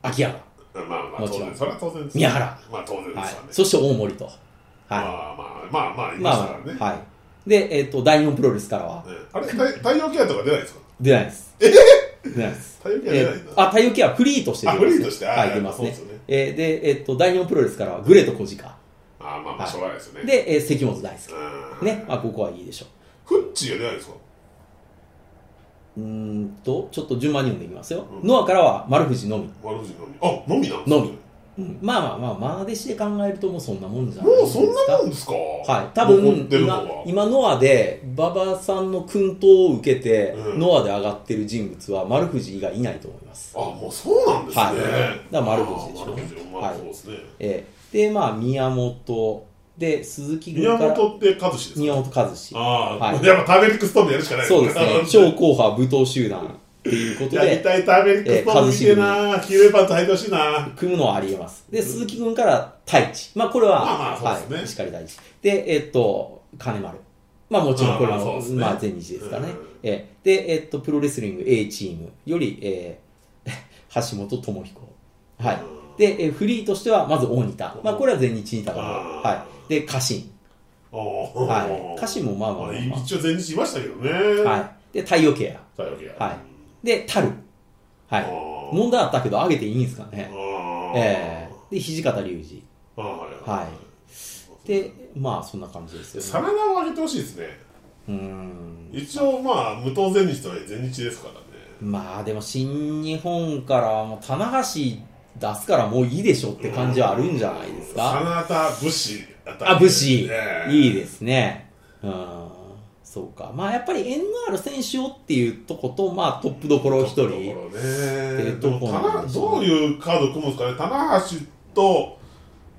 S2: 秋山、
S1: まあまあ
S2: も
S1: 当
S2: ちろん
S1: 然、それは当然です。
S2: 宮原。
S1: まあ当然ですわ
S2: はい
S1: ね。。
S2: そして、大森と。
S1: ま
S2: は
S1: あまあまあまあ、
S2: い。
S1: いましたからね。
S2: あ、はい。で、えっ、と、大日本プロレスからは、
S1: うんあれ、太太陽系アとか出ないですか
S2: 出ないです。出ないです。
S1: 太陽系ア出
S2: え
S1: ないん
S2: ー、
S1: だ。
S2: あ、太陽系はフリーとして出ます
S1: あフリーとしてあ
S2: はい、出ます
S1: そう
S2: ね
S1: ですよね。
S2: えーで、えっ、と、大日本プロレスからは、グレート小鹿。
S1: あまあまあ、しょうがないですよね。
S2: で、えー関本大輔。
S1: うん
S2: ね、まあ、ここはいいでしょう。
S1: フッチーが出ないですか
S2: うーんと、ちょっと順番に読んでいきますよ。
S1: うん
S2: ノアからは丸藤のみ。
S1: 悪口のみ。あ、のみなんです
S2: のみうんまあまあまあ、まあ弟子で考えるともうそんなもんじゃ
S1: も
S2: ないう
S1: そんなもんですか
S2: はい。多
S1: 残
S2: 分
S1: ってるの
S2: 今
S1: は。、
S2: 今ノアで、馬場さんの薫陶を受けて、
S1: うん
S2: ノアで上がってる人物は丸藤以外いないと思います。
S1: あ、もうそうなんですね。
S2: はいだから丸藤でしょ
S1: あ丸藤、まあ
S2: はい
S1: そうですね。
S2: えーで、まあ、宮本、で、鈴木
S1: 宮
S2: 軍から、
S1: 本って和志ですか
S2: 宮本和志。
S1: ああ、
S2: はい
S1: やっぱターメリックストーンでやるしかない。
S2: そうですね
S1: [LAUGHS]
S2: 超硬派武闘集団っていうこと
S1: やり
S2: で、
S1: たいターメリックストーン見てえな、黄色いパンツ履いてほしいな。
S2: 組むのはありえます。で、鈴木軍から太一。まあ、これは、
S1: まあまあそうですね
S2: はい、石狩太一。で、えっと、金丸。まあ、もちろんこれは、
S1: まあ
S2: ま
S1: まあ
S2: あ、
S1: そうですね
S2: 前日ですからね。
S1: うん
S2: えで、えっと、プロレスリング A チームより、え [LAUGHS] ー橋本智彦。はい。で、えーフリーとしては、まず大仁田。まあ、これは前日にいたから。
S1: あー
S2: はい。で、家臣。はい。家
S1: 詞
S2: 臣もまあまあまあま
S1: 一応前日いましたけどね。
S2: あ。はい。で、太陽ケア。
S1: 太陽系
S2: はいで、タル。はい。問題あったけど、上げていいんですかね。ええで、土方隆二。
S1: ああ、はい
S2: は
S1: はい。
S2: で、まあ、そんな感じですよ
S1: 真田
S2: ね。
S1: を上げてほしいですね。
S2: うーん。
S1: 一応、まあ、無党前日とはいえ前日ですからね。
S2: まあ、でも、新日本から、もう、棚橋出すからもういいでしょって感じはあるんじゃないです
S1: 真
S2: か。
S1: 田、武士あたり
S2: あ、武士。
S1: ね
S2: いいですね。うーん。そうか。まあ、やっぱり NR 選手をっていうとこと、まあ、トップどころ一
S1: とこ
S2: 人。
S1: ろ
S2: て
S1: ね
S2: る
S1: で
S2: と
S1: も
S2: こなん
S1: 棚
S2: ですよ
S1: どういうカード組むんですかね棚橋と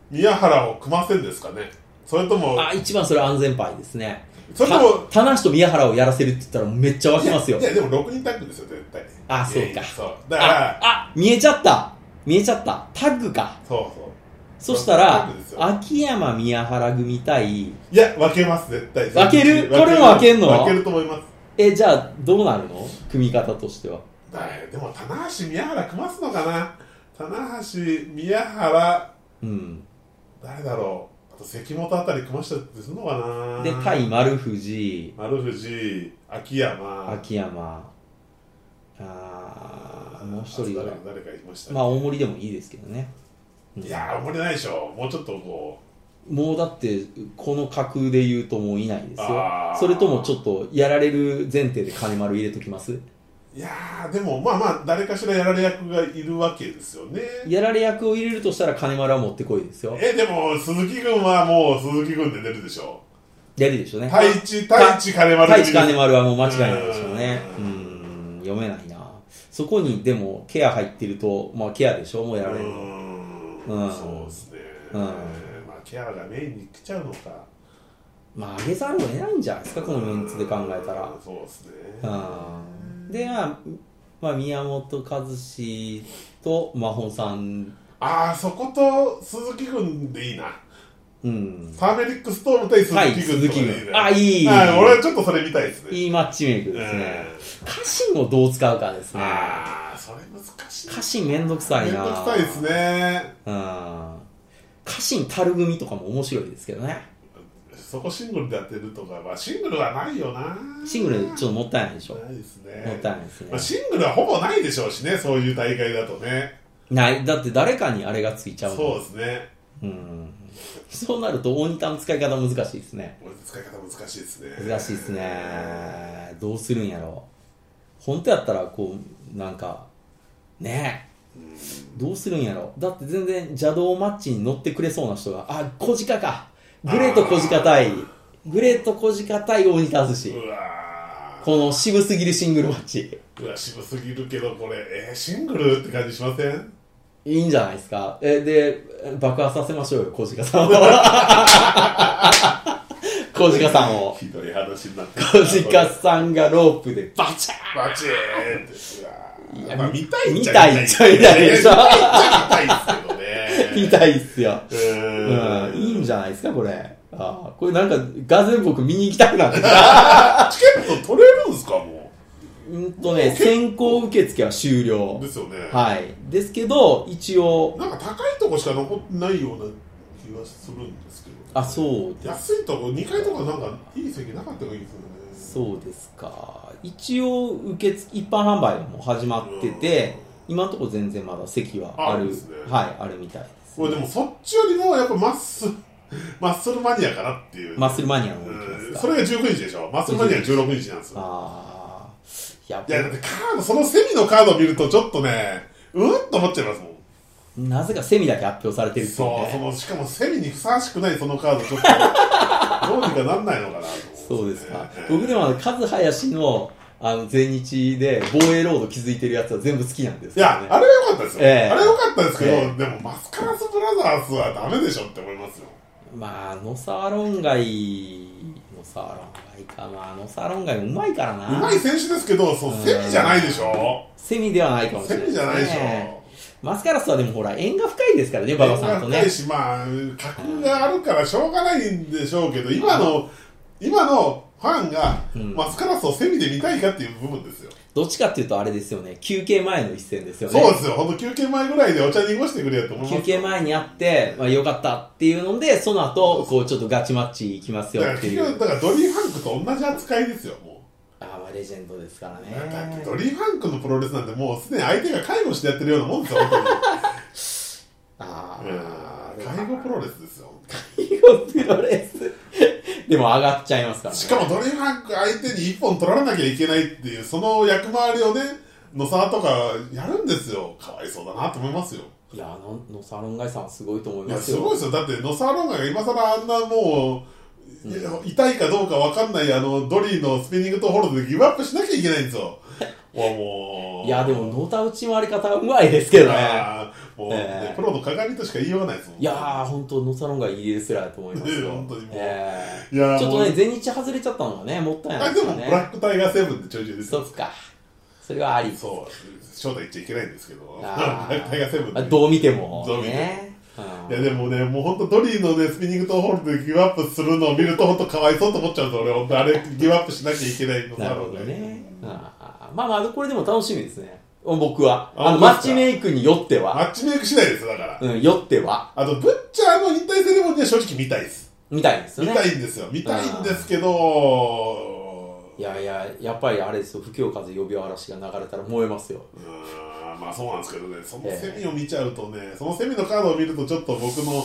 S1: 宮原を組ませんですかねそれとも
S2: あ、一番それ安全牌ですね。
S1: それとも
S2: た棚橋と宮原をやらせるって言ったらめっちゃ湧きますよ
S1: い。やいやでも6人タッグですよ絶対
S2: あそうか
S1: いやいやそうだから
S2: あ、あ、見えちゃった見えちゃったタッグか
S1: そうそう
S2: そした
S1: タ
S2: ら
S1: ッグです、よ
S2: 秋山宮原組対、
S1: いや分けます絶対
S2: 分ける
S1: 全然
S2: これも分けんの
S1: 分けると思います
S2: え、じゃあどうなるの組み方としては。
S1: だからでも棚橋宮原組ますのかな棚橋宮原
S2: うん。
S1: 誰だろうあと関本あたり組ましたってするのかな
S2: で、対丸藤、
S1: 丸藤秋山
S2: 秋山、あー、もう一人ぐ
S1: 誰
S2: らい。
S1: 誰かいましたね
S2: まあ大盛りでもいいですけどね。
S1: いやー、盛りないでしょ、もうちょっとこ
S2: もうだって、この格で言うともういないですよ
S1: あ。ー
S2: それともちょっと、やられる前提で金丸入れときます
S1: う、いやー、でもまあまあ、誰かしらやられ役がいるわけですよね。
S2: やられ役を入れるとしたら金丸は持ってこいですよ。
S1: え、でも、鈴木軍はもう鈴木軍で出るでしょ。
S2: やりでしょうね。
S1: 太一、太一、金丸
S2: 太一
S1: 組
S2: 金丸はもう間違いないでしょうね。
S1: う
S2: うんん、読めないな。そこにでもケア入ってると、まあケアでしょ、もうやら
S1: う
S2: れるの。
S1: ー、
S2: うんん
S1: そうですね。
S2: うん
S1: まあ、ケアがメインに来ちゃうのか。
S2: まあ上げざるを得ないんじゃないですか、このメンツで考えたら
S1: うん。そうですね。
S2: うん。で、まあ、まあ、宮本和志と真帆さん、
S1: ああそこと鈴木君でいいな
S2: うん。
S1: ターメリックストーム対鈴
S2: はい、
S1: 木君
S2: 鈴
S1: と
S2: 木
S1: かでいい
S2: 君。
S1: な
S2: あ、いい。
S1: はい俺はちょっとそれ見たいですね
S2: いいマッチメイクですね。家臣をどう使うかです
S1: うん
S2: ね。
S1: ああそれ難しい
S2: 家臣めんどくさいな。
S1: めんどくさいです。ね
S2: うん。家臣たる組とかも面白いですけどね。
S1: そこシングルでやってるとかまあシングルはないよな
S2: シングルちょっともったいないでしょ。
S1: ないですね
S2: もったいないです
S1: ま
S2: ね
S1: あ、。シングルはほぼないでしょうしねそういう大会だとね
S2: ない、だって誰かにあれがついちゃうの
S1: そうですね
S2: うん。そうなると大仁田の使い方難しいですね。
S1: これ使い方難しいですね
S2: 難しいですね。どうするんやろう。本当やったら、こう、なんか、ねえ。どうするんやろだって全然邪道マッチに乗ってくれそうな人が、あ、小鹿か。グレート小鹿対、グレート小鹿対大仁田寿司。
S1: うわー
S2: この渋すぎるシングルマッチ。
S1: うわ渋すぎるけどこれえー、シングルって感じしません
S2: いいんじゃないですか。え、で、爆破させましょうよ、小鹿さんを。小鹿さんを。
S1: ひどい話になって
S2: 小鹿さんがロープでバチャーン
S1: バチーンってうわー
S2: いや
S1: まあ見たい
S2: 見たいっちゃ見たいでしょ
S1: 見たいっちゃ見たいですけどね
S2: みたいっすよ。
S1: う
S2: う
S1: ー
S2: ん、
S1: ん
S2: いいんじゃないですか、これ。あーこれなんか、がぜん僕見に行きたくなってきた。
S1: チケット取れるんですかも
S2: うんとね、先行受付は終
S1: う
S2: 了
S1: で。すよね、
S2: はい。ですけど、一応、
S1: なんか高いとこしか残ってないような気がするんですけど
S2: あ、そうです。
S1: 安いとこ2階とかなんかいい席なかった方がいいですよね
S2: そうですか。一応、受付、一般販売も始まってて、今のところ全然まだ席はあ
S1: あるん
S2: る、
S1: ですね
S2: はい、あるみたいです、
S1: これでもそっちよりもやっぱマッスル [LAUGHS] マッスルマニアかなっていう、
S2: マッスルマニアの動きで
S1: うん
S2: すか。
S1: それが19日でしょマッスルマニア16日なんですよ
S2: ああ。いや
S1: いやだってカードそのセミのカードを見るとちょっとねうーっと思っちゃいますもん
S2: なぜかセミだけ発表されてるってい
S1: そうそ
S2: ね。
S1: のしかもセミにふさわしくないそのカードちょっと [LAUGHS] どうにかなんないのかなと
S2: そ
S1: 思
S2: うんですか。
S1: ね
S2: 僕でもあの、カズハヤシの、あの、全日で防衛ロード築いてるやつは全部好きなんです
S1: い
S2: けど
S1: や、
S2: ね。
S1: あれは良かったですよ、
S2: ええ
S1: あれは良かったですけど、
S2: え
S1: でもマスカラスブラザーズはダメでしょって思いますよ
S2: まあ、ノサロンガイ、ノサロンガイか。まあ、ノサロンガイもうまいから
S1: うまい
S2: な。
S1: 選手ですけど、そう
S2: うん
S1: セミじゃないでしょ、
S2: セミではないかもしれ
S1: セ
S2: ない
S1: ミ
S2: です、
S1: じ
S2: ね。
S1: ゃないでしょ、
S2: マスカラスはでもほら、縁が深いですからね、馬場さんと
S1: 縁が深
S2: ね
S1: い。し、まあ、格があるからしょうがないんでしょうけど、今の、今のファンが、
S2: うん
S1: マスカラスをセミで見たいかっていう部分ですよ、
S2: どっちかっていうとあれですよね、休憩前の一戦ですよね。
S1: そうですよ、ほんと休憩前ぐらいでお茶濁してくれよと思います
S2: 休憩前にあって、まあ、よかったっていうので、その後、こう、ちょっとガチマッチいきますよ
S1: だから
S2: っていう。
S1: だからドリー・ファンクと同じ扱いですよ、もう。
S2: あーまあ、レジェンドですからね。
S1: だってドリーファンクのプロレスなんてもうすでに相手が介護してやってるようなもんですよ、本
S2: あ
S1: 当に
S2: [LAUGHS] あ、
S1: うん介護プロレスですよ。
S2: 介護プロレス。でも上がっちゃいますからね。
S1: しかもドリーファンク相手に一本取られなきゃいけないっていう、その役回りをね、野沢とかやるんですよ。かわいそうだなと思いますよ。
S2: いや、あの、のサロンガイさんはすごいと思い
S1: いや、
S2: ま
S1: す
S2: すよ。
S1: ごいですよ。だって野沢ロンガが今更あんなもう、いや痛いかどうかわかんないあのドリーのスピニングとホールドでギブアップしなきゃいけないんですよ。もうもう
S2: いや、でも、のた打ち回り方はうまいですけどね。
S1: あーもうね、
S2: ええ
S1: プロの鏡としか言いようがないですもん
S2: いやー、本当のサロンガイいいレスラーだと思いますよ。
S1: 本当にもう
S2: え
S1: いや
S2: ー
S1: ー
S2: ちょっと
S1: も
S2: ね、
S1: う
S2: 全日外れちゃったのがね、もったいな
S1: あ
S2: い
S1: で
S2: です
S1: も
S2: よ
S1: ブラ
S2: ね。
S1: ックタイガーセブンでちょいちょい出て
S2: そ
S1: る
S2: っか。それはあり。
S1: そう正体言っちゃいけないんですけど [LAUGHS] ブラ
S2: あー
S1: ックタイガーセブン
S2: あ
S1: で
S2: どう見ても。
S1: どう見ても
S2: ね。うん
S1: いやでもねもう本当ドリーのねスピニングとホールドでギブアップするのを見ると本当かわいそうと思っちゃうんですよ俺本当あれギブアップしなきゃいけないの
S2: な
S1: だ
S2: る
S1: ろ
S2: ほ
S1: う
S2: どね。あーまあまあ、これでも楽しみですね。僕は。
S1: あ
S2: あの、
S1: 本
S2: マ
S1: 当です
S2: ッ
S1: か
S2: チメイクによって
S1: マ
S2: は。
S1: ッチメイク次第ですよだから、
S2: うん、よっては。
S1: あとブッチャーの引退セレモニーは正直見たいです、
S2: みたいですよ
S1: 見
S2: ね。
S1: たいんですよ見たいんですけど
S2: いやいや、やっぱりあれですよ、不況風呼び嵐が流れたら燃えますよ。
S1: うーんまあそうなんですけどねそのセミを見ちゃうとね、そのセミのカードを見るとちょっと僕の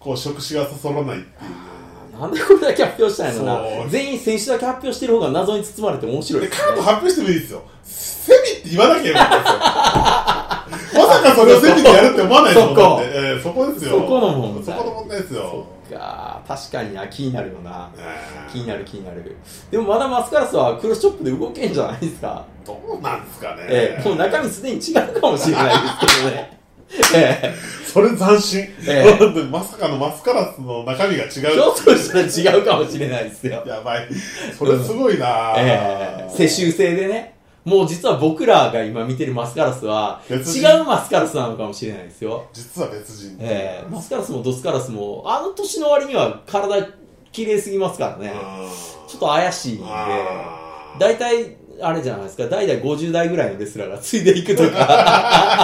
S1: こう触手がそそらないっていうね
S2: なんでこれだけ発表したんやろ
S1: そう
S2: な。全員選手だけ発表してる方が謎に包まれて面白い
S1: で
S2: です
S1: カード
S2: ね。
S1: 発表してもいいですよセミって言わなきゃよかったですよ [LAUGHS] まさかそれをセミでやるって思わないと思うんで、えーそこですよ
S2: そこの問題
S1: そこの問題ですよ
S2: が確かにな、気になるよな。
S1: え
S2: 気になる気になる。でもまだマスカラスはクロスチョップで動けんじゃないですか。
S1: ーどうなんですかね、
S2: ええ、もう中身すでに違うかもしれないですけどね。え
S1: [LAUGHS] それ斬新、 [LAUGHS]
S2: ええ
S1: でまさかのマスカラスの中身が違
S2: え、
S1: う
S2: ひょっとしたら違うかもしれないですよ。
S1: やばいそれすごいな、
S2: ええ、世襲制でね。もう実は僕らが今見てるマスカラスは、違
S1: 別人
S2: うマスカラスなのかもしれないですよ。
S1: 実は別人
S2: ええマスカラスもドスカラスも、あの年の割には体綺麗すぎますからね。ちょっと怪しいんで、
S1: あー
S2: 大体、あれじゃないですか、代々50代ぐらいのレスラーがついでいくと
S1: [LAUGHS]
S2: か、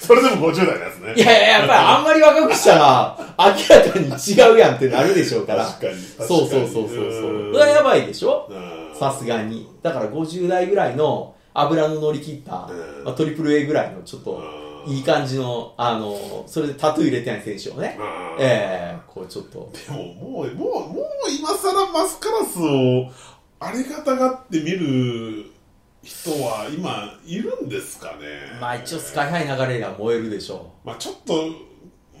S1: それでも50代のやつね
S2: いやいや、やっぱりあんまり若くしたら、明らかに違うやんってなるでしょうから。
S1: 確かに確かに
S2: そうそうそうそうそう。
S1: ん
S2: それはやばいでしょ
S1: うん
S2: さすがに。だから50代ぐらいの油の乗り切った、
S1: うん
S2: まあ、トリプル A ぐらいのちょっと
S1: うん
S2: いい感じの、あの、それでタトゥー入れてない選手をね、
S1: うん
S2: ええこうちょっと、
S1: でももうもうもう今さらマスカラスをありがたがって見る人は今いるんですかね
S2: まあ一応スカイハイ流れが燃えるでしょ
S1: まあちょっと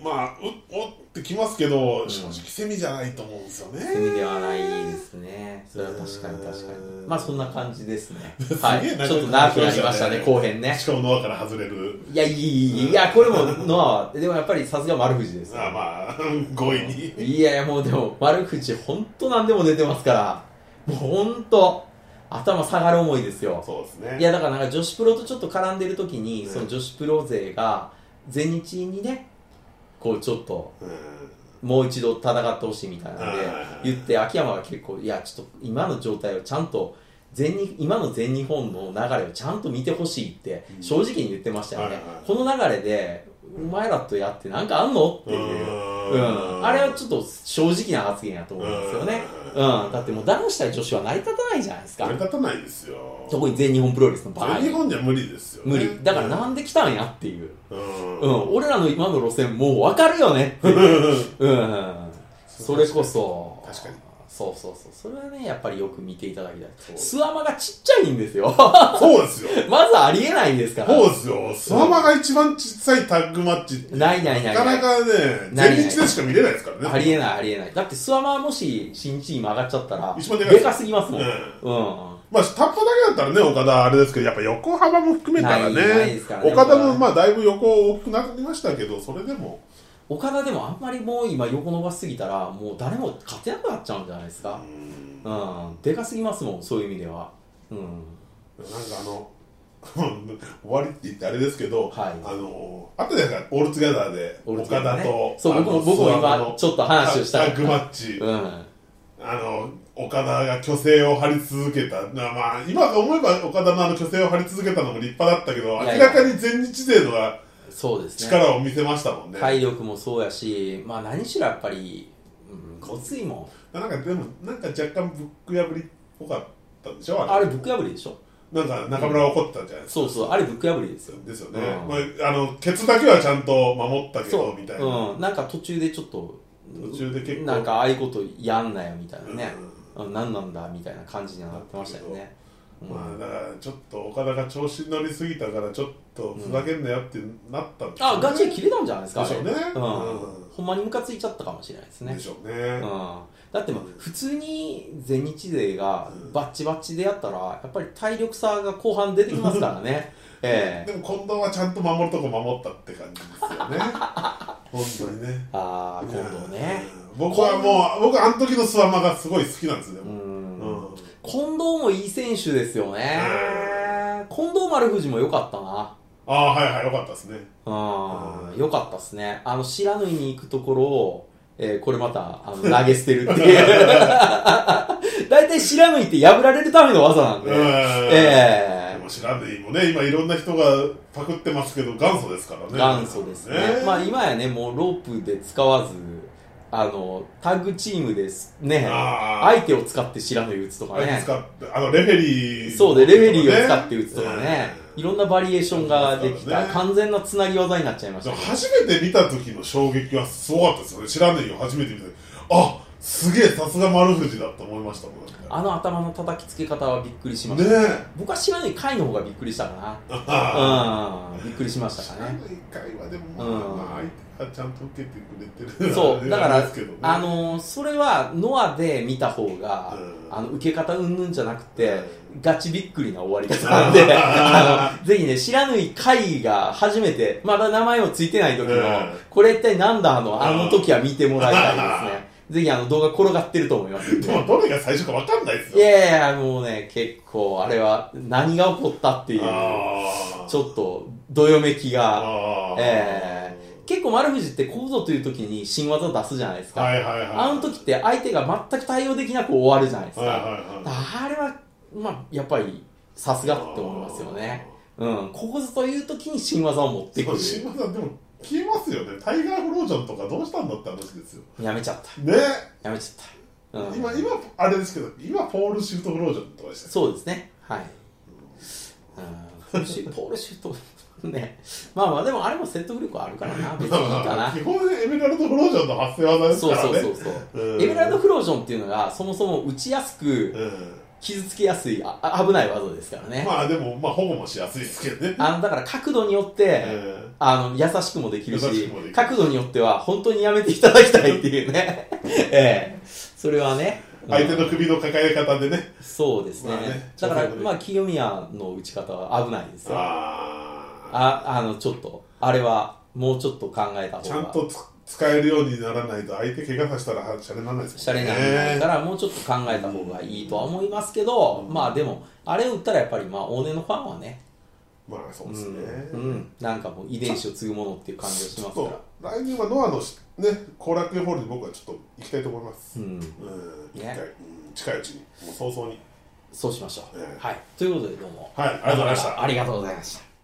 S1: まあうおってきますけど、正直セミじゃないと思うんですよ
S2: う。
S1: ね
S2: 罪ではないですね。それは確かに確か
S1: う
S2: に。
S1: ん
S2: まあそんな感じですね。はい。
S1: すげえ
S2: ちょっと長くなりましたね、後編ね
S1: し。かもノアから外れる
S2: いや、いい、いいいい、いや、これもノアは、でもやっぱりさすが丸藤です、
S1: まあまあ5位 [LAUGHS] に
S2: いやいや、もうでも、悪口、ほんと何でも出てますから、もうほんと、頭下がる思いですよ。
S1: そうですね
S2: いや、だからなんか女子プロとちょっと絡んでる時に、
S1: うん
S2: その女子プロ勢が、全日にね、こうちょっと、
S1: うん
S2: もう一度戦ってほしいみたいなんで
S1: はいはいはい、
S2: 言って、秋山が結構、いや、ちょっと今の状態をちゃんと、全日今の全日本の流れをちゃんと見てほしいって
S1: うん
S2: 正直に言ってましたよ
S1: はい
S2: ね
S1: はい、
S2: この流れでお前らとやってなんかあんのっていううん、あれはちょっと正直な発言やと思うんですよね。
S1: う
S2: うん、だってもう男子対女子は成り立たないじゃないです
S1: 成り
S2: か。
S1: 立たないですよ
S2: 特に全日本プロレスの場合
S1: 全。日本じゃ無理ですよ、ね、
S2: 無理。だからなんで来たんやっていう。
S1: うん、
S2: うん、俺らの今の路線もうわかるよねっていう。うん、それこそ。
S1: 確かに。
S2: そうそうそう。それはね、やっぱりよく見ていただきたい。
S1: そ
S2: スワマがちっちゃいんですよ。 [LAUGHS]
S1: そうですよ
S2: まずありえないですから。
S1: そうですよスワマが一番小さいタッグマッチって
S2: ないないない
S1: なかなかね
S2: ないない
S1: 全日でしか見れないですからね
S2: ありえないありえない。だってスワマはもし新チーム上がっちゃったら、
S1: 一番でかいです
S2: かすぎますもん。
S1: うん
S2: うん
S1: まあタッパだけだったらね岡田あれですけどやっぱ横幅も含めたらね
S2: ないないですからね
S1: 岡田も
S2: 岡田
S1: まあだいぶ横多くなりましたけどそれでも
S2: 岡田でもあんまりもう今横伸ばしすぎたらもう誰も勝てなくなっちゃうんじゃないです
S1: う
S2: か
S1: ん
S2: う
S1: なんか
S2: ん、でかすぎますもんそういう意味ではうん
S1: あの [LAUGHS] 終わりって言ってあれですけど、
S2: はい
S1: あのあったじゃないですかオールツギャザーで
S2: オールツギ
S1: 岡
S2: ャザー
S1: 田
S2: ね
S1: と
S2: そう僕も僕も今ちょっと話をした
S1: タッグマッチ、
S2: うん
S1: あの岡田が虚勢を張り続けた、まあまあ、今思えば岡田のあの虚勢を張り続けたのも立派だったけど、
S2: いやい
S1: 明
S2: や
S1: らかに全日勢のが
S2: そうですね
S1: 力を見せましたもんね。
S2: 体力もそうやしまあ何しろやっぱり、うん、ごついも
S1: なんかでも、なんか若干ブック破りっぽかったんでしょ、
S2: んあれぶっ破りでしょ
S1: なんか中村が怒ってたじゃないですか。
S2: そうそうあれぶっ破りですよ
S1: ですよね、
S2: うん
S1: まああの。ケツだけはちゃんと守ったけ
S2: そ
S1: ど、
S2: う
S1: みたいな。
S2: うん、なんか途中でちょっと
S1: 途中で結構
S2: なんかああいうことやんなよみたいなね
S1: う、ん
S2: うん、何なんだみたいな感じにはなってましたよね、うん
S1: まあ、だからちょっと岡田が調子に乗りすぎたから、ちょっとふざけんなよってなったんでしょう
S2: あ、ガチで切れたんじゃないですか。
S1: でしょうね
S2: あれうん
S1: うん。
S2: ほんまにムカついちゃったかもしれないですね
S1: で。しょうね。
S2: うん。だってまあ、普通に全日勢が
S1: うん
S2: バッチバッチでやったら、やっぱり体力差が後半出てきますからね。 [LAUGHS] ええ
S1: でも近藤はちゃんと守るとこ守ったって感じですよ
S2: [LAUGHS]
S1: ね本当にね
S2: ああ、今度ね。
S1: うん僕はもう僕あの時のスワマがすごい好きなんですよ、
S2: う。
S1: ねうんん、
S2: 近藤もいい選手ですよね。近藤丸藤も良かったな。
S1: ああはいはいよかったですね
S2: う。
S1: うんん
S2: 良かったっすね。あの、白縫いに行くところを、えーこれまた、
S1: [LAUGHS]
S2: あの、投げ捨てるっていう。 [LAUGHS] 大体白縫いって破られるための技なん
S1: うん
S2: で。
S1: で
S2: ええ
S1: も知らんでいいもんね今いろんな人がパクってますけど元祖ですからね
S2: 元祖ですねまあ
S1: あ
S2: 今やねもうロープで使わずあのタッグチームですね
S1: あー
S2: 相手を使って知らぬ打つとか
S1: あれ
S2: ね
S1: 使ってあのレフェリー、
S2: そうでレフェリーを使って打つとかねいろ
S1: ん
S2: んなバリエーションができ
S1: そう
S2: た
S1: ですね
S2: 完全なつなぎ技になっちゃいましたね
S1: 初めて見た時の衝撃はすごかったですよね知らんでいいよ初めて見た時あすげえさすが丸藤だと思いましたもんね
S2: あの頭の叩きつけ方はびっくりしま
S1: ね
S2: した
S1: え
S2: 僕は知らぬ回の方がびっくりしたか
S1: ああ
S2: なうんびっくりしましたかね
S1: 一回はでもまあ、
S2: うん
S1: まあ、相手がちゃんと受けてくれてる
S2: そうだか
S1: あれ
S2: ら
S1: ですけどね
S2: あのそれはノアで見た方が
S1: うん
S2: あの受け方うんぬんじゃなく
S1: う
S2: て
S1: ん
S2: ガチびっくりな終わり方なん
S1: [LAUGHS]
S2: であのぜひね知らぬい会が初めてまだ名前もついてない時の
S1: うん [LAUGHS]
S2: これ一体なんだあのあの時は見てもらいたいですねぜひあの動画転がってると思いますん
S1: で
S2: で。
S1: もどれが最初か分かんないです
S2: い
S1: よ。
S2: やいやいや、もうね、結構、あれは、何が起こったっていう、
S1: あー
S2: ちょっと、どよめきが、
S1: あー
S2: え結構丸藤ってコードという時に新技出すじゃないですか。
S1: はいはいはい。
S2: あの時って相手が全く対応できなく終わるじゃないですか。
S1: はいはいはい。
S2: あれは、まあ、やっぱり、さすがって思いますよね。うん。構図という時に新技を持って
S1: で
S2: く
S1: も、新
S2: る。
S1: 馬さん、でも消えますよね。タイガーフロージョンとかどうしたんだって話ですよ。
S2: やめちゃった。
S1: ね、
S2: やめちゃった。うん。
S1: 今、今、あれですけど、今、ポールシフトフロージョンとかでしたね
S2: そうですね。はい。うん、ポールシュ [LAUGHS] ポールシュート、ね。まあまあ、でもあれも説得力はあるからな。別にいいかな
S1: 基。本エメラルドフロージョンの発生技です
S2: そ
S1: か
S2: う
S1: らね。
S2: そうそうそう。
S1: うん
S2: エメラルドフロージョンっていうのが、そもそも打ちやすく、
S1: う
S2: 傷つけやすい、ああ危ない技ですから
S1: ん、
S2: ね。
S1: まあでも、まあ、保護もしやすいですけどね。
S2: あの、だから角度によって、
S1: うん
S2: あの、優しくもできる
S1: 優し
S2: し
S1: くもできる、
S2: 角度によっては本当にやめていただきたいっていうね。 [LAUGHS] ええ。それはね。うん
S1: 相手の首の抱え方でね。
S2: そうですね。
S1: まあね
S2: だから、
S1: ちょっと
S2: まあ、清宮の打ち方は危ないですよ。
S1: ああ
S2: あ、あの、ちょっと、あれは、もうちょっと考えた方が。
S1: ちゃんとつ使えるようにならないと、相手怪我させたら、しゃれならないです
S2: しゃれにならないから、もうちょっと考えた方がいいとは思いますけど、まあでも、あれを打ったらやっぱり、まあ、往年のファンはね、
S1: まあ、そう
S2: う
S1: ですね。
S2: ん、うん、なんかもう遺伝子を継ぐものっていう感じがし
S1: ちょ
S2: ま
S1: っ
S2: すか
S1: と
S2: ら。、
S1: 来年はノアのしね、後楽園ホールに僕はちょっと行きたいと思います。
S2: う
S1: うん
S2: ん、
S1: 一
S2: ね
S1: 回うん近いうちに、もう早々に。
S2: そうしましょ
S1: え
S2: う。
S1: え
S2: はい。ということで、どうも。
S1: はいありがとうございました
S2: ありがとうございました。